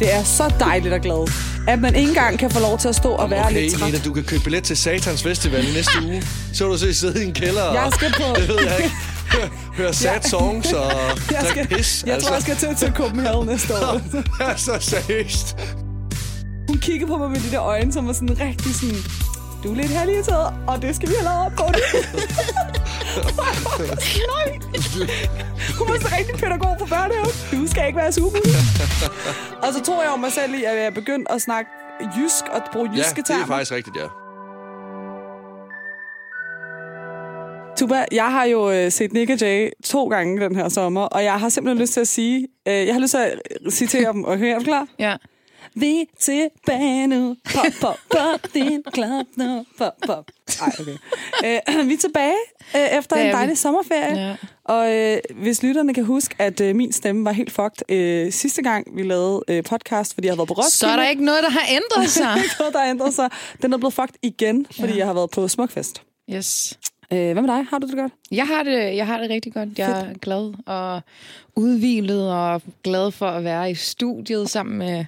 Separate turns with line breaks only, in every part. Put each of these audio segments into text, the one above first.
Det er så dejligt og glad, at man ikke engang kan få lov til at stå og være
okay,
lidt træt.
Lena, du kan købe billet til Satans Festival i næste uge. Så vil du se sidde i en kælder og...
Jeg skal på-
Det ved jeg ikke. Hør, hør sad songs og
Jeg,
drikke
skal,
pis.
jeg tror, jeg skal til, til Copenhagen næste år.
altså, seriøst.
Hun kiggede på mig med de der øjne, som var sådan rigtig sådan... Du er lidt halvirriteret, og det skal vi have lavet op på det. Nej. Hun var så rigtig pædagog på børnehaven. Du skal ikke være super. og så tror jeg om mig selv i, at jeg begyndte at snakke jysk og bruge
Ja,
jyske
det er
termer.
faktisk rigtigt, ja.
Tuba, jeg har jo øh, set Nick og Jay to gange den her sommer, og jeg har simpelthen lyst til at sige... Øh, jeg har lyst til at citere dem. Okay, er du klar?
Ja.
Vi er tilbage nu. Pop, pop, pop, din klap nu. Pop, pop. Ej, okay. Øh, vi er tilbage øh, efter
Det er
en
vi.
dejlig sommerferie.
Ja.
Og øh, hvis lytterne kan huske, at øh, min stemme var helt fucked øh, sidste gang, vi lavede øh, podcast, fordi jeg havde været på Roskilde.
Så er der ikke noget, der har ændret sig.
noget, der ændrede sig. Den er blevet fucked igen, fordi ja. jeg har været på Smukfest.
Yes.
Øh, hvad med dig? Har du det godt?
Jeg har det, jeg har det rigtig godt. Jeg er glad og udvilet og glad for at være i studiet sammen med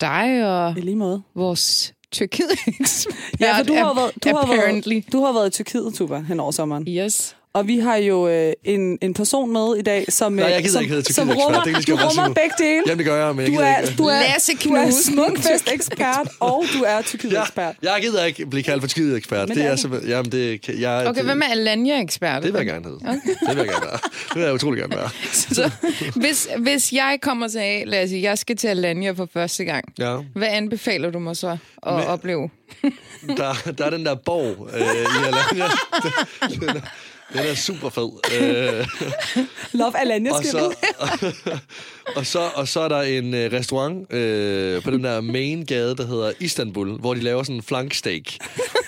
dig og
I lige måde.
vores tyrkiet
Ja, for du har, jo været, du, har
apparently.
været, du har været i Tyrkiet, Tuba, hen over sommeren.
Yes.
Og vi har jo øh, en, en person med i dag, som,
Nej,
øh,
jeg gider
som,
ikke hedde
som
Tyrkiet-ekspert.
rummer,
Det kan jeg lige så
du
godt bare sige
rummer
nu.
begge dele.
Jamen, det gør jeg, men jeg
du
gider
er,
ikke.
du er,
Lasse
du er
Knudsen.
smukfest-ekspert, og du er Tyrkiet-ekspert.
Jeg, jeg gider ikke blive kaldt for skidt
Men
ekspert. Det
det er
er
du.
simpelthen... Jamen, det, kan- jeg,
Okay,
det,
hvem er Alanya-ekspert?
Det vil jeg gerne hedde. Okay. Det vil jeg gerne være. Det vil jeg utrolig gerne være.
Så, hvis, hvis jeg kommer til at, Lasse, jeg skal til Alanya for første gang.
Ja.
Hvad anbefaler du mig så at
Men-
opleve?
Der, der er den der borg øh, i Alanya. Den, den, er- den er super fed. Øh,
Love Alanya,
og,
skal
så,
så...
og, så, og så er der en øh, restaurant øh, på den der main gade, der hedder Istanbul, hvor de laver sådan en flanksteak.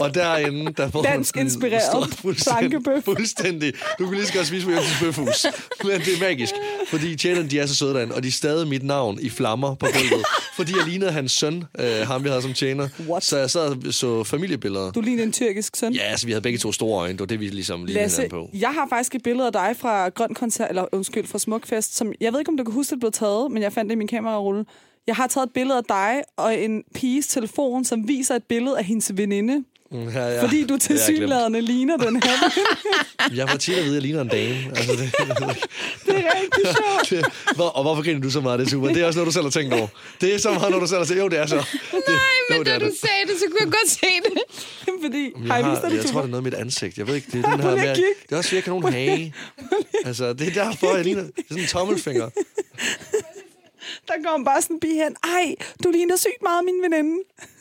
Og derinde, der får
Dansk
sådan en
inspireret
fuldstændig,
plankebøf.
fuldstændig. Du kan lige så godt spise på Jensens Bøfhus. Men det er magisk. Fordi Jalen, de er så søde derinde, og de er stadig mit navn i flammer på gulvet. Fordi jeg lignede hans søn, øh, ham vi havde som tjener.
What?
Så jeg sad og så familiebilleder.
Du ligner en tyrkisk søn.
Ja, altså, vi havde begge to store øjne. Det var det, vi ligesom lige
Lasse,
hinanden på.
jeg har faktisk et billede af dig fra Grøn Koncert, eller undskyld, fra Smukfest, som jeg ved ikke, om du kan huske, det blev taget, men jeg fandt det i min kamerarulle. Jeg har taget et billede af dig og en piges telefon, som viser et billede af hendes veninde.
Mm, Ja, ja.
Ja, fordi
Det har
du
jeg
til
glemt.
synlæderne ligner den her.
Jeg var tit at vide, at jeg ligner en dame. Altså, det,
Det er rigtig sjovt.
det, hvor, og hvorfor griner du så meget? Det er super. Det er også noget, du selv har tænkt over. Det er så meget noget, du selv har tænkt Jo, det er så. Det,
Nej, men
jo,
da du sagde det, så kunne jeg godt se det.
Fordi,
Jeg,
har jeg
har,
vist dig
jeg,
det,
tror, det er
Tuba?
noget med mit ansigt. Jeg ved ikke, det er den
Prøv
her
lige at
med,
kigge.
Det er også, fordi jeg kan nogen hage. Altså, det er derfor, jeg ligner det er sådan en tommelfinger.
Der kom bare sådan en bi hen. Ej, du ligner sygt meget min veninde.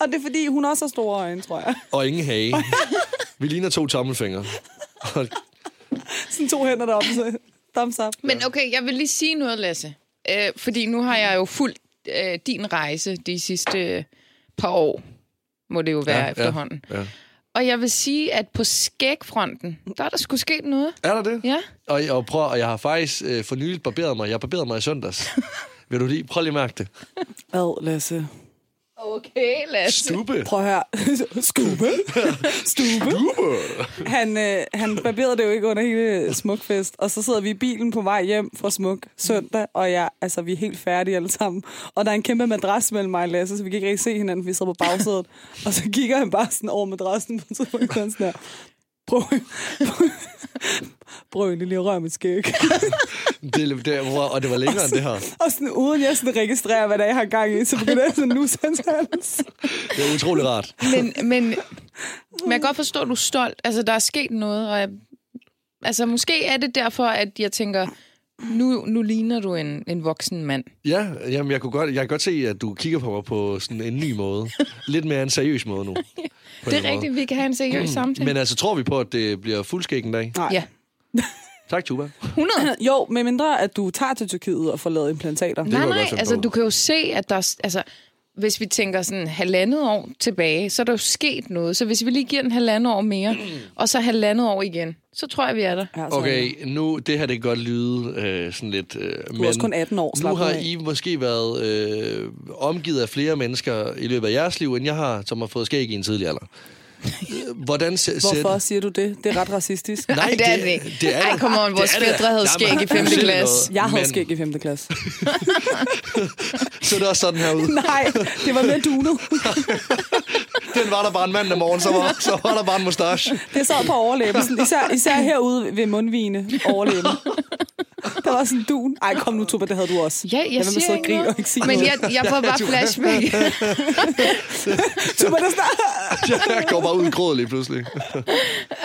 og det er fordi, hun også har store øjne, tror jeg.
Og ingen hage. Vi ligner to tommelfinger. Og
Sådan to hænder deroppe, så thumbs up.
Men okay, jeg vil lige sige noget, Lasse. Øh, fordi nu har jeg jo fulgt øh, din rejse de sidste øh, par år, må det jo være
Ja,
ja,
ja,
efterhånden.
ja.
Og jeg vil sige, at på skægfronten, der er der sgu sket noget.
er der det?
Ja.
Og, og, prøv, og jeg har faktisk øh, for nyligt barberet mig. Jeg barberede mig i søndags. Vil du lige, prøv lige at mærke det.
Ad, Lasse.
Okay, Lasse.
Stube.
Prøv at høre. Skube. Stube. Han, øh, han barberede det jo ikke under hele Smukfest. Og så sidder vi i bilen på vej hjem fra Smuk søndag, og jeg, altså, vi er helt færdige alle sammen. Og der er en kæmpe madras mellem mig og Lasse, så vi kan ikke rigtig se hinanden, for vi sidder på bagsædet. og så kigger han bare sådan over madrassen på et tidspunkt, sådan her. Prøv, prøv, prøv egentlig lige at røre mit skæg.
Det, det, prøv, og det var længere end det her.
Og sådan, uden jeg sådan registrerer, hvad der er, jeg har gang i, så begynder jeg sådan, nu hans hals.
Det er utrolig rart.
Men, men, men jeg kan godt forstå, at du er stolt. Altså, der er sket noget, og jeg, altså, måske er det derfor, at jeg tænker, nu, nu ligner du en, en voksen mand.
Ja, jamen jeg, kunne godt, jeg kan godt se, at du kigger på mig på sådan en ny måde. Lidt mere en seriøs måde nu. På en eller anden
Det er rigtigt, vi kan have en seriøs
måde.
samtale.
Men altså, tror vi på, at det bliver fuldskæg en dag?
Nej.
Ja,
Tak, Tuba.
100.
Jo, med mindre at du tager til Tyrkiet og får lavet implantater.
kunne
Nej,
jeg godt
nej,
finde
altså
på.
du kan jo se, at der... er- Altså, hvis vi tænker sådan halvandet år tilbage, så er der jo sket noget. Så hvis vi lige giver den halvandet år mere, og så halvandet år igen, så tror jeg, vi er der.
Ja, altså, så-
Okay, nu, det her det kan godt lyde øh, sådan lidt... Øh, du
er også kun 18 år,
Nu
slap nu
har
af.
I måske været øh, omgivet af flere mennesker i løbet af jeres liv, end jeg har, som har fået skæg i en tidlig alder. Hvordan ser, ser
Hvorfor siger du det? Det er ret racistisk.
Nej, det er det ikke.
det er
Ej,
det.
come on, vores
Det er det.
fædre havde
Nej,
skæg
men-
i femte
Sig
klasse.
noget.
Jeg havde
Men-
skæg i 5. klasse.
Så det også sådan her ud.
Nej, det var mere dunet.
Den var der bare en mand om morgenen, så var, så var der bare en mustache.
Det sad på overlæben. Sådan, Især, især herude ved mundvigene overlæben. Der var sådan en dun. Ej, kom nu, Tuba, det havde du også.
Ja, jeg
vil
siger
sidde og
ikke
grine
noget.
og ikke sige
Men
noget.
jeg, jeg får bare flashback.
Tuba, der snart...
Jeg går bare ud i gråd lige pludselig.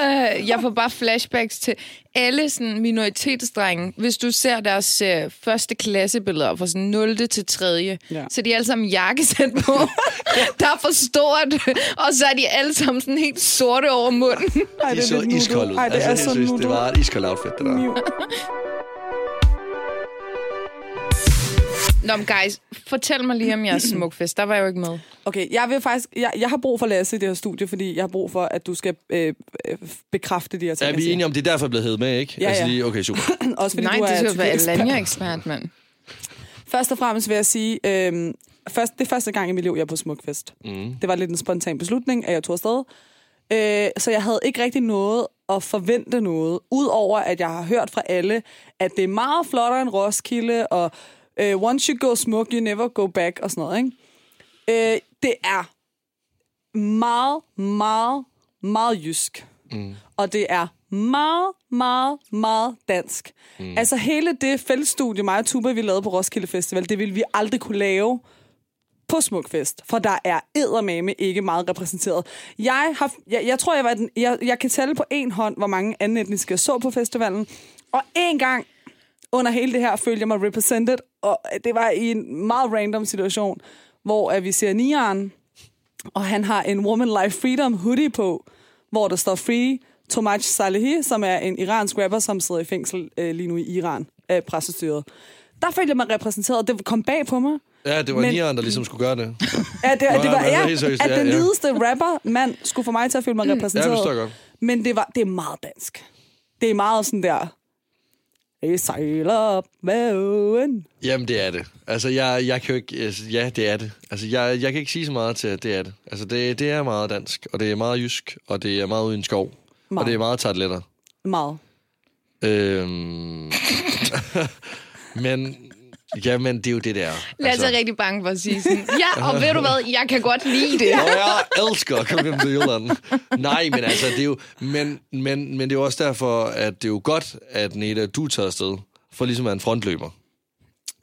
Øh, jeg får bare flashbacks til alle sådan minoritetsdrenge. Hvis du ser deres øh, første klassebilleder fra sådan 0. til 3.
Ja.
Ja. Så de er alle sammen jakkesæt på. der er for stort. Og så er de alle sammen sådan helt sorte over munden.
Ej,
De
det er
så
lidt nuttet.
iskolde ud.
Ej, det er
jeg
så
synes, det
nuttet.
var et iskoldt outfit, det der.
Miu.
Nå, men guys, fortæl mig lige om jeres smukfest. Der var jeg jo ikke med.
Okay, jeg vil faktisk... Jeg, jeg har brug for Lasse i det her studie, fordi jeg har brug for, at du skal øh, øh, bekræfte de her ting.
Er vi enige om, det er derfor, jeg blev heddet med, ikke?
Ja,
Altså
ja.
lige, okay, super.
om... Også fordi
Nej,
du
det
er
skal jo være
Tyrkiet-ekspert.
Alanya-ekspert, mand.
Først og fremmest vil jeg sige, øh, først, det er første gang i mit liv, jeg er på Smukfest. Mm. Det var lidt en spontan beslutning, at jeg tog afsted. Øh, så jeg havde ikke rigtig noget at forvente noget, udover at jeg har hørt fra alle, at det er meget flottere end Roskilde, og øh, once you go smuk, you never go back, og sådan noget. Ikke? Øh, det er meget, meget, meget jysk. Mm. Og det er meget, meget, meget dansk. Mm. Altså hele det fællesstudie, mig og Tuba, vi lavede på Roskilde Festival, det ville vi aldrig kunne lave på Smukfest, for der er eddermame ikke meget repræsenteret. Jeg, har, jeg, jeg tror, jeg, var den, jeg, jeg kan tælle på en hånd, hvor mange anden etniske jeg så på festivalen. Og en gang under hele det her følte jeg mig represented, og det var i en meget random situation, hvor at vi ser Nian, og han har en Woman Life Freedom hoodie på, hvor der står Free Tomaj Salehi, som er en iransk rapper, som sidder i fængsel øh, lige nu i Iran af pressestyret. Der følte jeg mig repræsenteret, og det kom bag på mig.
Ja, det var
Men-
Men... der ligesom skulle gøre det.
Ja, det, det var,
men
ja,
helt seriøst,
at
ja,
den
ja. Mm.
lideste rapper mand skulle få mig til at føle mig repræsenteret.
Ja, det forstår jeg godt.
Men det, var, det er meget dansk. Det er meget sådan der... Vi sejler op med åen.
Jamen, det er det. Altså, jeg, jeg kan jo ikke... Altså, ja, det er det. Altså, jeg, jeg kan ikke sige så meget til, at det er det. Altså, det, det er meget dansk, og det er meget jysk, og det er meget uden skov,
Meget.
og det er meget tartletter.
Meget.
Øhm... men... Jamen, det er Altså, jo det, der.
Altså-
Lasse er rigtig bange for at sige sådan, ja, og ved du hvad, jeg kan godt lide det.
Og jeg elsker at komme hjem til Jylland. Nej, men altså, det er jo... Men, men, men det er jo også derfor, at det er jo godt, at Neda, du tager afsted, for ligesom at være en frontløber.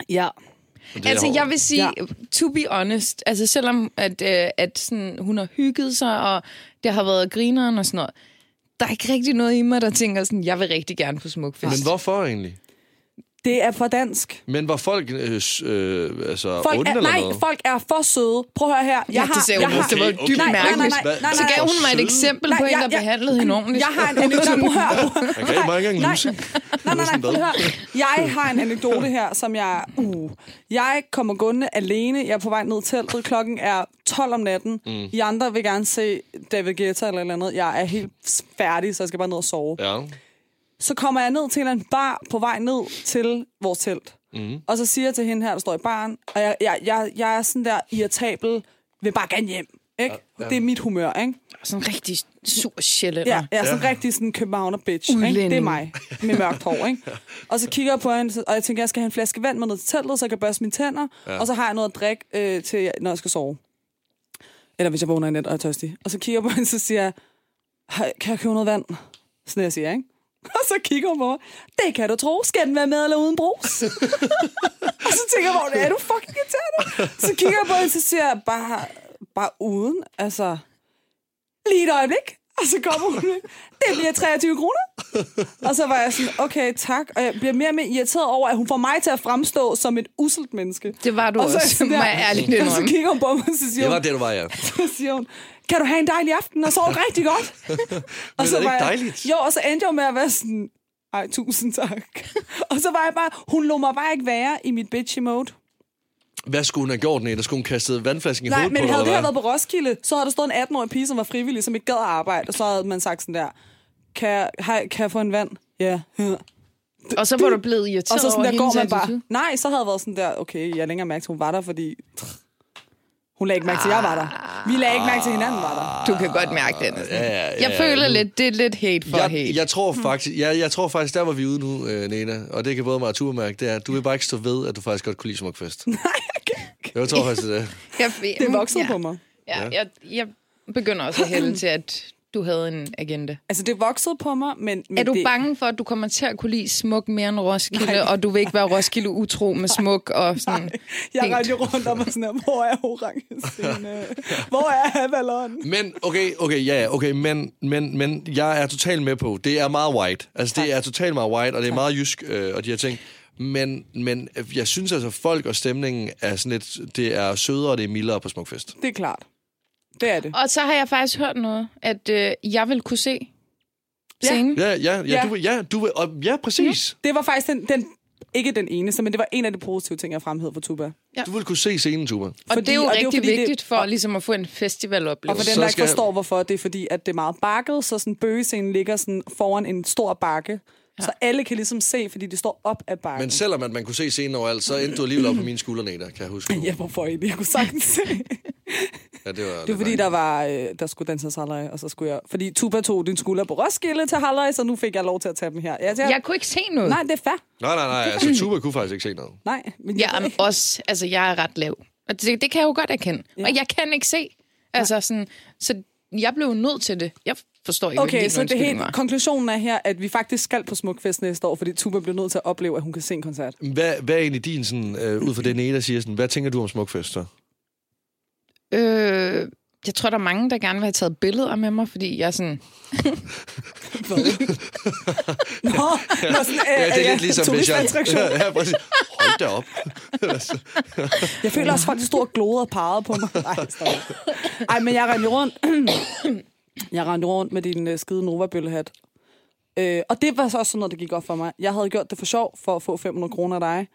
Ja.
Det er
Altså,
hårdt.
jeg vil sige,
Ja.
ja. to be honest, altså selvom at, øh, at sådan, hun har hygget sig, og det har været grineren og sådan noget, der er ikke rigtig noget i mig, der tænker sådan, jeg vil rigtig gerne på smukfest.
Men hvorfor egentlig?
Det er for dansk.
Men var folk øh, s- øh, altså
Folk
onde
er,
eller
nej,
noget?
folk er for søde. Prøv at høre her. Jeg
Ja, det sagde hun også. Det var
Okay,
dybt
nej, nej, nej,
mærkeligt.
nej, nej, nej,
Så gav
nej.
hun mig et eksempel på
Nej,
en, der
jeg- jeg-
behandlede hende ordentligt.
Jeg har en anekdote. Prøv at høre.
Han gav mig ikke engang
Nej,
lussing.
nej, nej, nej, prøv at høre. Jeg har en anekdote her, som jeg... Uh, jeg kommer gående alene. Jeg er på vej ned til teltet. Klokken er 12 om natten. Mm. I andre vil gerne se David Guetta eller et eller andet. Jeg er helt færdig, så jeg skal bare ned og sove. Ja.
Ja.
Så kommer jeg ned til en eller anden bar på vej ned til vores telt. Mm. Og så siger jeg til hende her, der står i baren, og jeg, jeg, jeg, jeg er sådan der irritabel, vil bare gerne hjem. Ikke? Det er mit humør, ikke?
Sådan en rigtig sur sjældent.
Ja, ja, sådan ja. rigtig sådan københavner bitch. Ikke?
Udlænding.
Det er mig med mørkt hår. Ikke? Og så kigger jeg på hende, og jeg tænker, jeg skal have en flaske vand med ned til teltet, så jeg kan børste mine tænder, ja. og så har jeg noget at drikke, øh, til, når jeg skal sove. Eller hvis jeg vågner i nat og er tørstig. Og så kigger jeg på hende, så siger jeg, "Hej, kan jeg købe noget vand? Sådan jeg siger, ikke? Og så kigger hun på mig. Det kan du tro. Skal den være med eller uden brus? og så tænker jeg, hvor er du fucking irriterende? Så kigger jeg på hende, så siger jeg, bare, bare uden. Altså, lige et øjeblik. Og så kommer hun, ikke? det bliver 23 kroner. Og så var jeg sådan, okay, tak. Og jeg bliver mere og mere irriteret over, at hun får mig til at fremstå som et uselt menneske.
Det var du
Og så er jeg
også,
sådan der-
må jeg ærligt
Og så
indrømme.
kigger hun på mig, og så siger
Det
hun,
var det, du var, ja.
så siger hun, kan du have en dejlig aften og sove rigtig godt? og
er det ikke
var jeg-
dejligt?
Jo, og så endte jeg med at være sådan, ej, tusind tak. og så var jeg bare, hun lå mig bare ikke være i mit bitchy mode.
Hvad skulle hun have gjort, Neda? Skulle hun kastet vandflasken i
Nej,
hovedet
men
på
havde det
dig,
her været på Roskilde, så havde der stået en 18-årig pige, som var frivillig, som ikke gad at arbejde, og så havde man sagt sådan der, kan jeg, hej, kan jeg få en vand? Ja.
Og så var du blevet irriteret
Og så sådan
over
der går
hendes
man
attitude.
bare, nej, så havde jeg været sådan der, okay, jeg er længere mærke til, hun var der, fordi Hun lagde ikke mærke til, at jeg var der. Vi lagde ikke mærke til, at hinanden var der.
Du kan godt mærke den.
Ah,
Ja,
ja, ja,
jeg føler
nu-
lidt, det er lidt hate for hate.
Øh, Jeg, jeg, tror
Mm.
faktisk, jeg, jeg tror faktisk, der var vi ude nu, øh, Nena, og det kan både mig og Arthur mærke, det er, at du vil bare ikke stå ved, at du faktisk godt kunne lide Smukfest.
Nej, jeg kan ikke.
Jeg tror faktisk, det er.
jeg,
Det voksede
ja,
på mig.
Ja, jeg, jeg begynder også at hælde til, at du havde en agenda.
Altså, det voksede på mig, men... men
Er du
det,
bange for, at du kommer til at kunne lide smuk mere end Roskilde, Nej. og du vil ikke være Roskilde utro med smuk og sådan? Nej.
Jeg
Helt.
rendte jo rundt om og sådan her, hvor er orange scene? Hvor er Avalon?
Men, okay, okay, ja, ja, okay, men, men, men jeg er totalt med på, det er meget white. Altså, det er totalt meget white, og det er meget jysk, øh, og de her ting. Men, men jeg synes altså, folk og stemningen er sådan lidt, det er sødere, og det er mildere på Smukfest.
Det er klart. Det er det.
Og så har jeg faktisk hørt noget, at øh, jeg vil kunne se
Ja.
scenen.
Ja, ja, ja,
Ja.
ja. Du, vil- ja, du, vil- og, ja præcis.
Det var faktisk den, den, ikke den eneste, men det var en af de positive ting, jeg fremhævede for Tuba.
Du vil kunne se scenen, Tuba.
Og
Fordi-
det er jo
og det er jo
rigtig
fordi, det-
vigtigt for
og-
ligesom at få en
Og for
festivaloplevelse.
den,
Så
der ikke
skal-
forstår hvorfor, det er fordi, at det er meget bakket, så sådan bøgescenen ligger sådan foran en stor bakke. Ja. Så alle kan ligesom se, fordi det står op ad bakken.
Men selvom at man kunne se scenen overalt, så endte du alligevel op på mine skuldre, Nena, kan jeg huske. nu.
Ja, hvorfor egentlig? Jeg kunne sagtens se.
Ja, det var,
Det var fordi, der var, øh, der skulle danses halvøj, og så skulle jeg... Fordi Tuba tog din skulder på Roskilde til halvøj, så nu fik jeg lov til at tage dem her. Jeg, jeg,
Jeg kunne ikke se noget.
Nej, det er fair.
Nej, nej, nej, altså Tuba kunne faktisk ikke se noget.
Nej, men jeg,
Jeg er også, altså jeg er ret lav. Og det, det kan jeg jo godt erkende. Ja. Og jeg kan ikke se. Altså sådan, så jeg blev nødt til det. Jeg forstår ikke, hvad
Okay,
din
så det
undskyldning
helt,
var.
konklusionen er her, at vi faktisk skal på Smukfest næste år, fordi Tuba bliver nødt til at opleve, at hun kan se en koncert.
Hvad, hvad er egentlig din, sådan, øh, ud fra det Nena siger, sådan, hvad tænker du om Smukfest så?
Øh, jeg tror, der er mange, der gerne vil have taget billeder med mig, fordi jeg er sådan...
Hvad? Nå, nå, sådan, øh,
Ja, det er lidt ligesom, hvis jeg...
turistattraktion.
Ja, ja, præcis. Hold da op.
Jeg føler også, at folk stod og glodede og pegede på mig. Nej, stop. Ej, men jeg rendte jo rundt. jeg rendte rundt med din øh, skide Nova-bøllehat. Øh, og det var så også sådan noget, der gik op for mig. Jeg havde gjort det for sjov for at få 500 kroner af dig.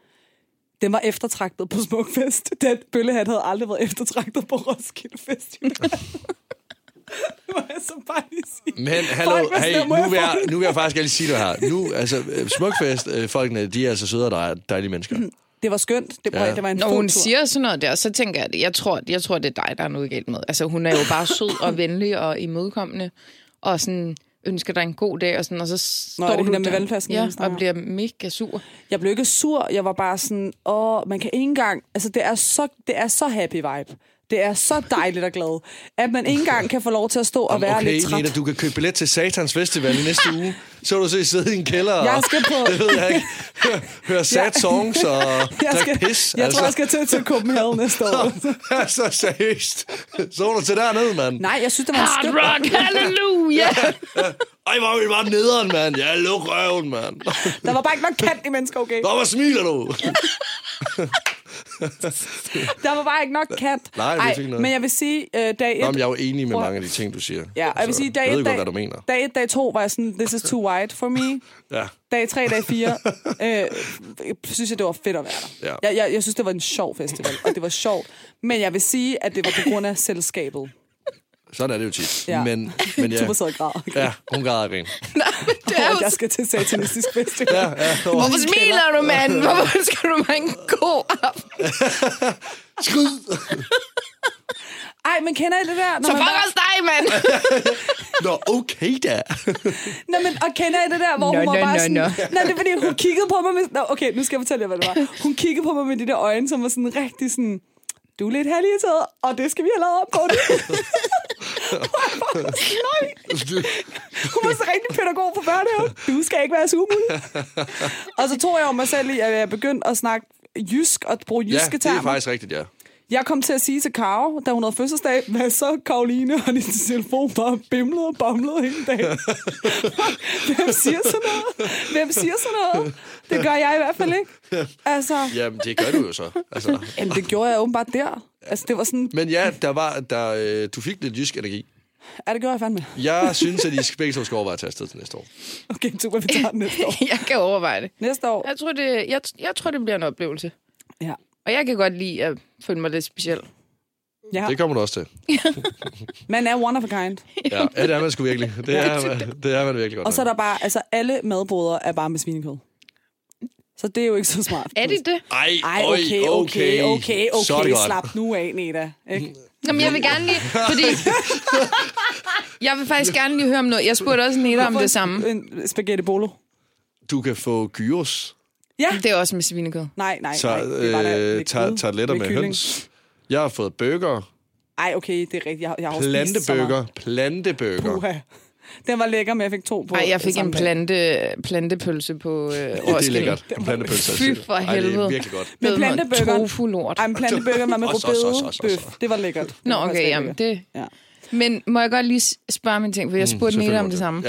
Den var eftertragtet på Smukfest. Den bøllehat havde aldrig været eftertragtet på Roskilde Festival. det var jeg så bare lige sige.
Men hallo,
Folk, hvad
hey,
stemmer jeg
nu vil, jeg,
for?
nu vil jeg faktisk gerne lige sige det her. Nu, altså, øh, Smukfest, øh, folkene, de er altså søde og dej- dejlige mennesker.
Det var skønt. Det var, ja.
Ja.
det var en
Når
fed
hun
tur.
siger sådan noget der, så tænker jeg, at jeg tror, jeg tror, det er dig, der er noget galt med. Altså, hun er jo bare sød og venlig og imødekommende, og sådan ønsker dig en god dag, og, sådan, og så står
er det
du
hende der med
der,
vandflasken,
ja,
hun snakker
og
om?
bliver mega sur.
Jeg blev ikke sur, jeg var bare sådan, åh, man kan ikke engang, altså det er så, det er så happy vibe. Det er så dejligt og glad, at man ikke engang kan få lov til at stå og være
Okay,
lidt træt.
Nena, du kan købe billet til Satans Festival i næste uge. Så vil du se sidde i en kælder og...
Jeg skal på-
Det ved jeg ikke. Hør, hør sad songs og
jeg,
drikke
skal,
pis.
jeg tror, jeg skal til, til Copenhagen næste år.
altså, seriøst. Så var du til dernede, mand.
Nej, jeg synes, det var en
Hard
skøn...
rock, hallelujah!
Ej, hvor er vi bare nederen, mand. Ja, luk røven, mand.
Der var bare ikke nok kant i mennesker, okay?
Nå, hvor smiler du?
Der var bare ikke nok kant.
Nej, det er
Ej,
ikke noget.
men jeg vil sige, øh, dag
Nå,
et...
men jeg er jo enig med
Prøv-
mange af de ting, du siger.
Ja, og jeg vil
Så
sige, dag
jeg ved
et,
godt,
dag,
hvad du mener.
dag et, dag to var jeg sådan, this is too white for me.
Ja.
Dag 3, dag 4, øh, synes jeg, det var fedt at være der.
Ja.
Jeg, jeg, jeg synes, det var en sjov festival, og det var sjovt. Men jeg vil sige, at det var på grund af selskabet.
Sådan er det jo tit.
Ja.
Ja. Men, men ja.
Du var så og græder.
Ja, hun græder af grin.
Det er
Over,
jo
at jeg skal til satanistisk festival.
Ja, ja.
Hvorfor smiler du, mand? Hvorfor skal du have en god aften?
Skrid!
Ej, men kender I det der? Når
Så
man
fuck
bare,
også dig, mand!
Nå, okay da.
Nå, men, og kender I det der, hvor
Nå,
hun var
nå,
bare
nå,
sådan...
nå.
Nej, det er fordi, hun kiggede på mig med... Nå, okay, nu skal jeg fortælle jer, hvad det var. Hun kiggede på mig med de der øjne, som var sådan rigtig sådan... Du er lidt halvirriteret, og det skal vi have lavet op på. Det. Hun var så rigtig pædagog på børnehaven. Du skal ikke være sugemul. og så tog jeg jo mig selv i, at jeg begyndte at snakke jysk og bruge
Ja,
jyske
det er
termer.
faktisk rigtigt, ja.
Jeg kom til at sige til Karo, da hun havde fødselsdag, hvad så Karoline og din telefon bare bimlede og bamlede hele dagen. Hvem siger sådan noget? Hvem siger sådan noget? Det gør jeg i hvert fald ikke. Altså,
Jamen, det gør du jo så. Altså.
jamen, det gjorde jeg åbenbart der. Altså, det var sådan,
Men ja, der var, der, øh, du fik lidt jysk energi.
ja, det gjorde jeg fandme.
Jeg synes, at I skal- begge to skal overveje at tage afsted til næste år.
Okay, super, vi tager den næste år.
Jeg kan overveje det.
Næste år,
Jeg tror, det, jeg, jeg tror, det bliver en oplevelse.
ja.
Og jeg kan godt lide at føle mig lidt speciel.
ja.
Det kommer du også til.
Man er one of a kind.
Ja, ja det er man sgu virkelig. Det er, det er man virkelig godt.
Og så er
nok.
der bare, altså alle madboder er bare med svinekød. Så det er jo ikke så smart.
Er det det?
Ej,
Ej,
øj,
okay, okay, okay,
Så er
okay,
det
okay
godt.
slap nu af, Neda. Ikke?
Jamen, jeg vil gerne lige, fordi... jeg vil faktisk gerne lige høre om noget. Jeg spurgte også Neda om det samme.
En spaghetti bolo.
Du kan få gyros,
Ja,
Det er også med svinekød.
nej, nej,
så
nej. Det var da
øh,
med
tager
kød,
tartletter med,
kylling.
høns. Jeg har fået burger,
Ej, okay, det er rigtigt. Jeg, jeg har også spist så meget.
planteburger, planteburger.
Puha. Den var lækker, men jeg fik to på.
Nej, jeg fik en
samme dag.
plante, plantepølse på øh, Roskilde.
Det er lækkert. En plantepølse. er
Fy
sygt.
for
Ej, det er
helvede.
virkelig godt.
Men
Med noget
planteburgeren-
Tofu-lort.
Ej, en plantebøger var med
Også, også, også, også, også.
rødbøf. Det var lækkert. Det
Nå,
var faktisk
okay,
rigtig
jamen
lækkert.
det...
Ja.
Men må jeg godt lige s- spørge min ting, for jeg spurgte mm, Neda om det samme.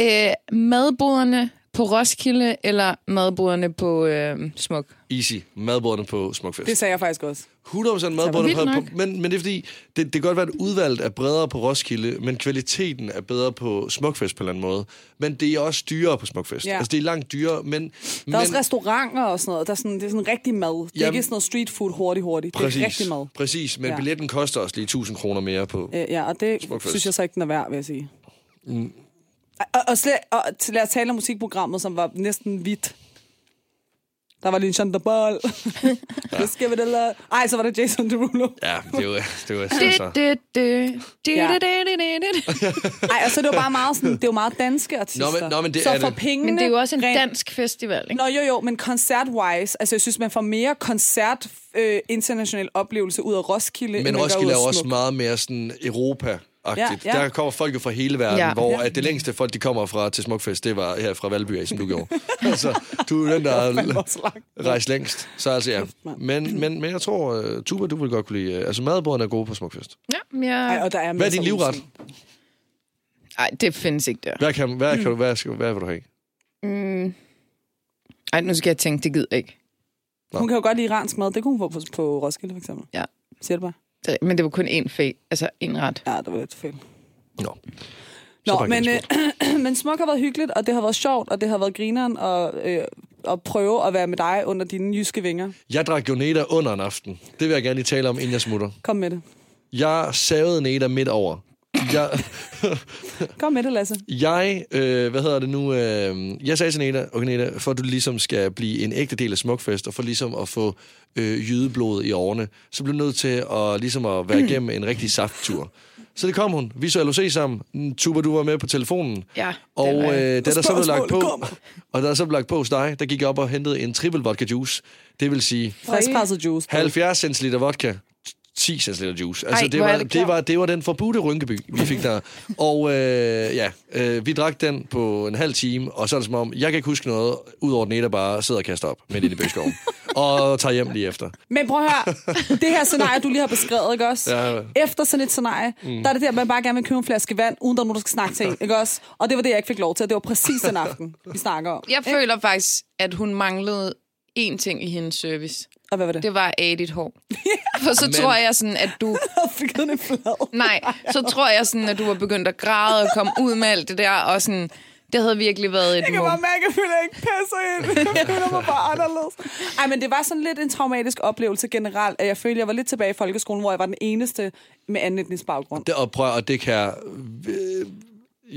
Ja.
Øh, madboderne på Roskilde, eller madboderne på øh, Smuk?
Easy. Madbordene på Smukfest.
Det sagde jeg faktisk også.
100% madbordene
Vildt
på,
nok.
på men, men det er fordi, det, det kan godt være, at udvalget er bredere på Roskilde, men kvaliteten er bedre på Smukfest på en eller anden måde. Men det er også dyrere på Smukfest. Ja.
Ja.
Altså, det er langt dyrere, men...
Der er også restauranter og sådan noget. Der er sådan, det er sådan rigtig mad. Det er
Jamen-
ikke sådan noget street food hurtigt, hurtigt. Det er rigtig mad.
Præcis, men ja.
Ja.
billetten koster også lige 1000 kroner mere på...
Øh, ja, og det
Smuk fest.
synes jeg så ikke, den er værd, vil jeg sige. Mm. Og, og, slet, og til- lad os tale om musikprogrammet, som var næsten hvidt. Der var lige en chantabol. Det skal vi da lade. Ej, så var det Jason Derulo.
Ja, det var... Det var
Det,
altså.
det, det, det,
Ja.
det, det, det, det.
Ej, og så er det var bare meget sådan, det er jo meget danske artister.
Nå, men- nå, men det
så
er
for
det.
pengene...
Men det er jo også en
rent-
dansk festival, ikke?
Nå, jo, jo, men koncert-wise, altså jeg synes, man får mere koncert øh, international oplevelse ud af Roskilde, end man
Men
gør ud
Roskilde
af
er jo også
Smuk.
meget mere sådan Europa Agtigt.
Ja, ja.
Der kommer folk jo fra hele verden, ja.
Ja.
hvor
Ja.
at det længste folk, de kommer fra til Smukfest, det var her fra Valby af, som du gjorde. altså, du er den, der
fandme
har
også langt.
rejst længst. Så altså, ja. Men, men, men jeg tror, uh, Tuba, du vil godt kunne lide... Uh, altså, madbordene er gode på Smukfest.
Ja, men jeg...
Ej, og der er
Hvad er din livret?
Ej, det findes ikke der.
Hvad, kan, hvad, kan du, hvad, skal, hvad vil du have?
Mm. Ej, nu skal jeg tænke, det gider jeg ikke.
Hun kan jo godt lide iransk mad, det kunne hun få på, på Roskilde for eksempel.
Ja.
Siger det bare?
Det- Men det var kun én fag, altså én ret.
Ja, det var lidt fedt.
Nå. Så
Nå,
bare
men,
gennemskudt.
øh, men smuk har været hyggeligt, og det har været sjovt, og det har været grineren og, øh, at prøve at være med dig under dine jyske vinger.
Jeg drak jo Neda under en aften. Det vil jeg gerne lige tale om, inden jeg smutter.
Kom med det.
Jeg savede Neda midt over. Jeg,
Kom med det, Lasse.
jeg øh, hvad hedder det nu, øh, jeg sagde til Neda, okay Neda, for at du ligesom skal blive en ægte del af Smukfest, og for ligesom at få øh, jydeblod i årene, så bliver du nødt til at, ligesom at være igennem en rigtig safttur. Så det kom hun. Vi så LOC sammen. Mm, Tuba, du var med på telefonen.
Ja, det
Og
var
øh,
jeg.
da der så blev lagt på,
Spørgsmålet kommer.
og da der så blev lagt på hos dig, der gik jeg op og hentede en triple vodka juice. Det vil sige
Friskpresset juice.
70 centiliter vodka, 10 centiliter juice. Altså,
Ej,
det,
hvor
var,
er
det, det,
det klamt.
var, det var den forbudte rynkeby, vi fik der. og øh, ja, øh, vi drak den på en halv time, og så er det som om, jeg kan ikke huske noget, udover at Neda bare sidder og kaster op midt inde i bøgskoven. og tager hjem lige efter.
Men prøv at høre, det her scenarie, du lige har beskrevet, ikke også?
Ja.
Efter sådan et scenarie, mm. der er det der, man bare gerne vil købe en flaske vand, uden der er nogen, der skal snakke til en, ikke også? Og det var det, jeg ikke fik lov til, og det var præcis den aften, vi snakker om.
Jeg føler faktisk, at hun manglede én ting i hendes service.
Og hvad var det?
Det var af dit hår. For så
Men-
tror jeg sådan, at du...
Jeg fik den en flad.
Nej, så tror jeg sådan, at du var begyndt at græde og komme ud med alt det der, og sådan... Det havde virkelig været et
Jeg kan
mål.
bare mærke, at jeg føler, at jeg ikke passer ind. Jeg føler mig bare anderledes. Ej, men det var sådan lidt en traumatisk oplevelse generelt, at jeg følte, at jeg var lidt tilbage i folkeskolen, hvor jeg var den eneste med anden etnisk baggrund.
Det, og prøv, og det kan jeg, øh,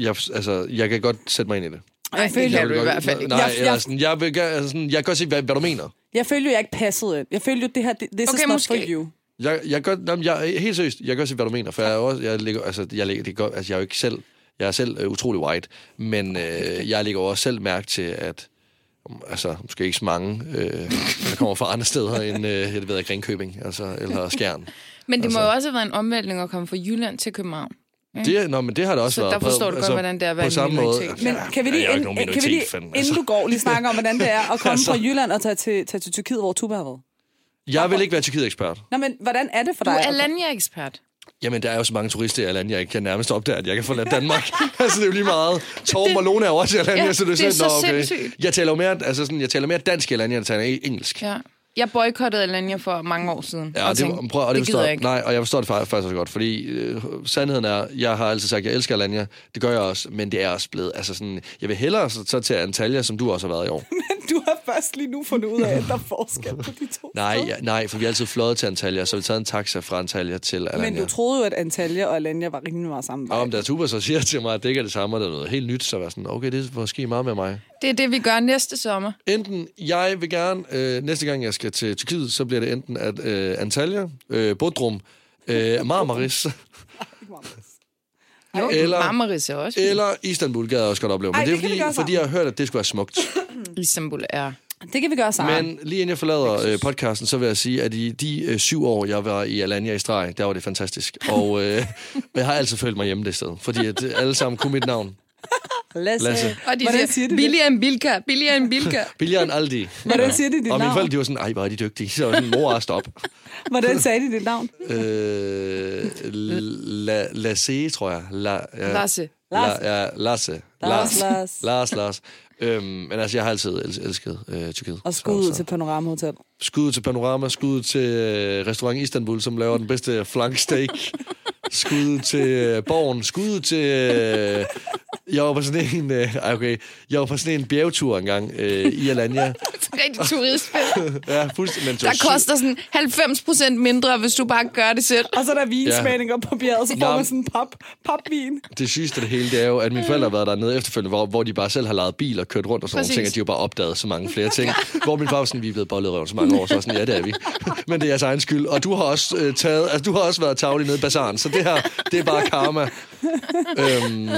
jeg... Altså, jeg kan godt sætte mig ind i det.
Og jeg
Ej,
følte,
det
jeg,
kan du i
godt-
hvert fald ikke.
Nej,
Jeg-
jeg, jeg,
jeg-
sådan, jeg, vil, gøre- altså, sådan, jeg kan godt se, hvad, hvad du mener.
jeg følte jo, at jeg ikke passede ind. Jeg følte jo, at det her, det, this okay,
Okay,
is not
måske.
for you.
Jeg, jeg, gør, jamen, jeg, helt seriøst, jeg kan godt se, hvad du mener, for jeg er jo også, jeg ligger, altså, jeg ligger, det gør, altså, jeg er jo ikke selv, jeg er selv øh, utrolig white, men øh, jeg ligger jo også selv mærke til, at um, altså, måske ikke så mange, øh, der kommer fra andre steder end, øh, jeg ved ikke, Ringkøbing, altså, eller Skjern.
Men det må
Altså.
jo også have været en omvæltning at komme fra Jylland til København.
Det, nå, men det har det også
Så
været.
der forstår
på- altså,
du godt, hvordan det er at være
på
en
samme måde.
minoritet.
Men kan vi
jeg
lige,
er jo
ind,
ikke nogen
kan vi lige
minoritet, fandme,
inden
altså.
du går, lige snakke om, hvordan det er at komme fra Jylland og tage til, tage til Tyrkiet, hvor Tuba har været?
Jeg vil ikke være Tyrkiet-ekspert.
Nå, men hvordan er det for
Du
dig?
er Alanya-ekspert.
Jamen, der er jo så mange turister i Irland, jeg ikke kan nærmest opdage, at jeg kan forlade Danmark. altså, det er jo lige meget. Torben og Lone er jo også i Irland,
Ja,
så det er,
det
sådan,
er
nå,
så
okay.
sindssygt.
Jeg taler jo mere, altså sådan, jeg taler mere dansk i Irland, end jeg taler engelsk.
Ja. Jeg boykottede Alanya for mange år siden.
Ja, og det,
tænkte,
prøv, og det,
det
forstår,
gider jeg
jeg
ikke.
Nej, og jeg forstår det fa- faktisk også godt, fordi øh, sandheden er, jeg har altid sagt, at jeg elsker Alanya. Det gør jeg også, men det er også blevet, altså sådan, jeg vil hellere så, så til Antalya, som du også har været i år.
Du har først lige nu fundet ud af, at der er forskel på de to
Nej,
steder.
ja, nej, for vi har altid fløjet til Antalya, så vi tager en taxa fra Antalya til Alanya.
Men du troede jo, at Antalya og Alanya var rimelig meget samme vej.
Og om deres Uber så siger til mig, at det ikke er det samme, og det er noget helt nyt, så var jeg sådan, okay, det er måske meget med mig.
Det er det, vi gør næste sommer.
Enten, jeg vil gerne, øh, næste gang jeg skal til Tyrkiet, så bliver det enten at øh, Antalya, øh, Bodrum, øh, Marmaris,
Jo,
Eller-
eller, Marmaris er også. Eller,
eller Istanbul gad jeg også godt opleve. Men
Ej,
det er
det kan vi
fordi,
gøre sammen.
fordi jeg har hørt, at det skulle være smukt.
Istanbul er...
Det kan vi gøre sammen.
Men lige inden jeg forlader øh, podcasten, så vil jeg sige, at i de øh, syv år, jeg var i Alanya i streg, der var det fantastisk. Og øh, jeg har altid følt mig hjemme det sted, fordi at øh, alle sammen kunne mit navn.
Lasse.
Lasse.
Og de
Hvordan siger
Hvordan
de
siger,
det?
siger billigere end Bilka, billigere end Bilka.
Billigere end Aldi.
Hvordan siger de dit
Og mine
navn?
forældre, de var sådan, ej, hvor er de dygtige. Så var jeg sådan, mor, er stop.
Hvordan sagde de dit navn?
Øh, la, Lasse, tror jeg. La, ja.
Lasse.
La, ja, Lasse.
Lars, Lars.
Lars. Lars, Lars. Øhm, men altså, jeg har altid els- elsket øh, Tyrkiet.
Og
Så-
skud ud
så-
til Panorama Hotel.
Skud til Panorama, skud til øh, Restaurant Istanbul, som laver den bedste flanksteak. skud til øh, Borgen, skud til... Øh, jeg var på sådan en... Øh, ej, okay. Jeg var på sådan en bjergtur engang øh, i Alanya.
Rigtig turistfilm.
Ja, fuldstændig. men til
Der
syd-
koster sådan 90% mindre, hvis du bare gør det selv.
Og så er der vinsmagninger på bjerget, så får
Nå,
man sådan en pap, papvin.
det sygeste af det hele, det er jo, at mine forældre har været dernede efterfølgende, hvor, hvor de bare selv har lejet bil og kørt rundt og sådan nogle
Præcis.
ting, at de jo bare opdagede så mange flere ting. Hvor min far var sådan, vi er blevet bollet røven så mange år, så var jeg sådan, ja, det er vi. Men det er jeres egen skyld. Og du har også, øh, taget, altså, du har også været tavlig nede i bazaren, så det her, det er bare karma.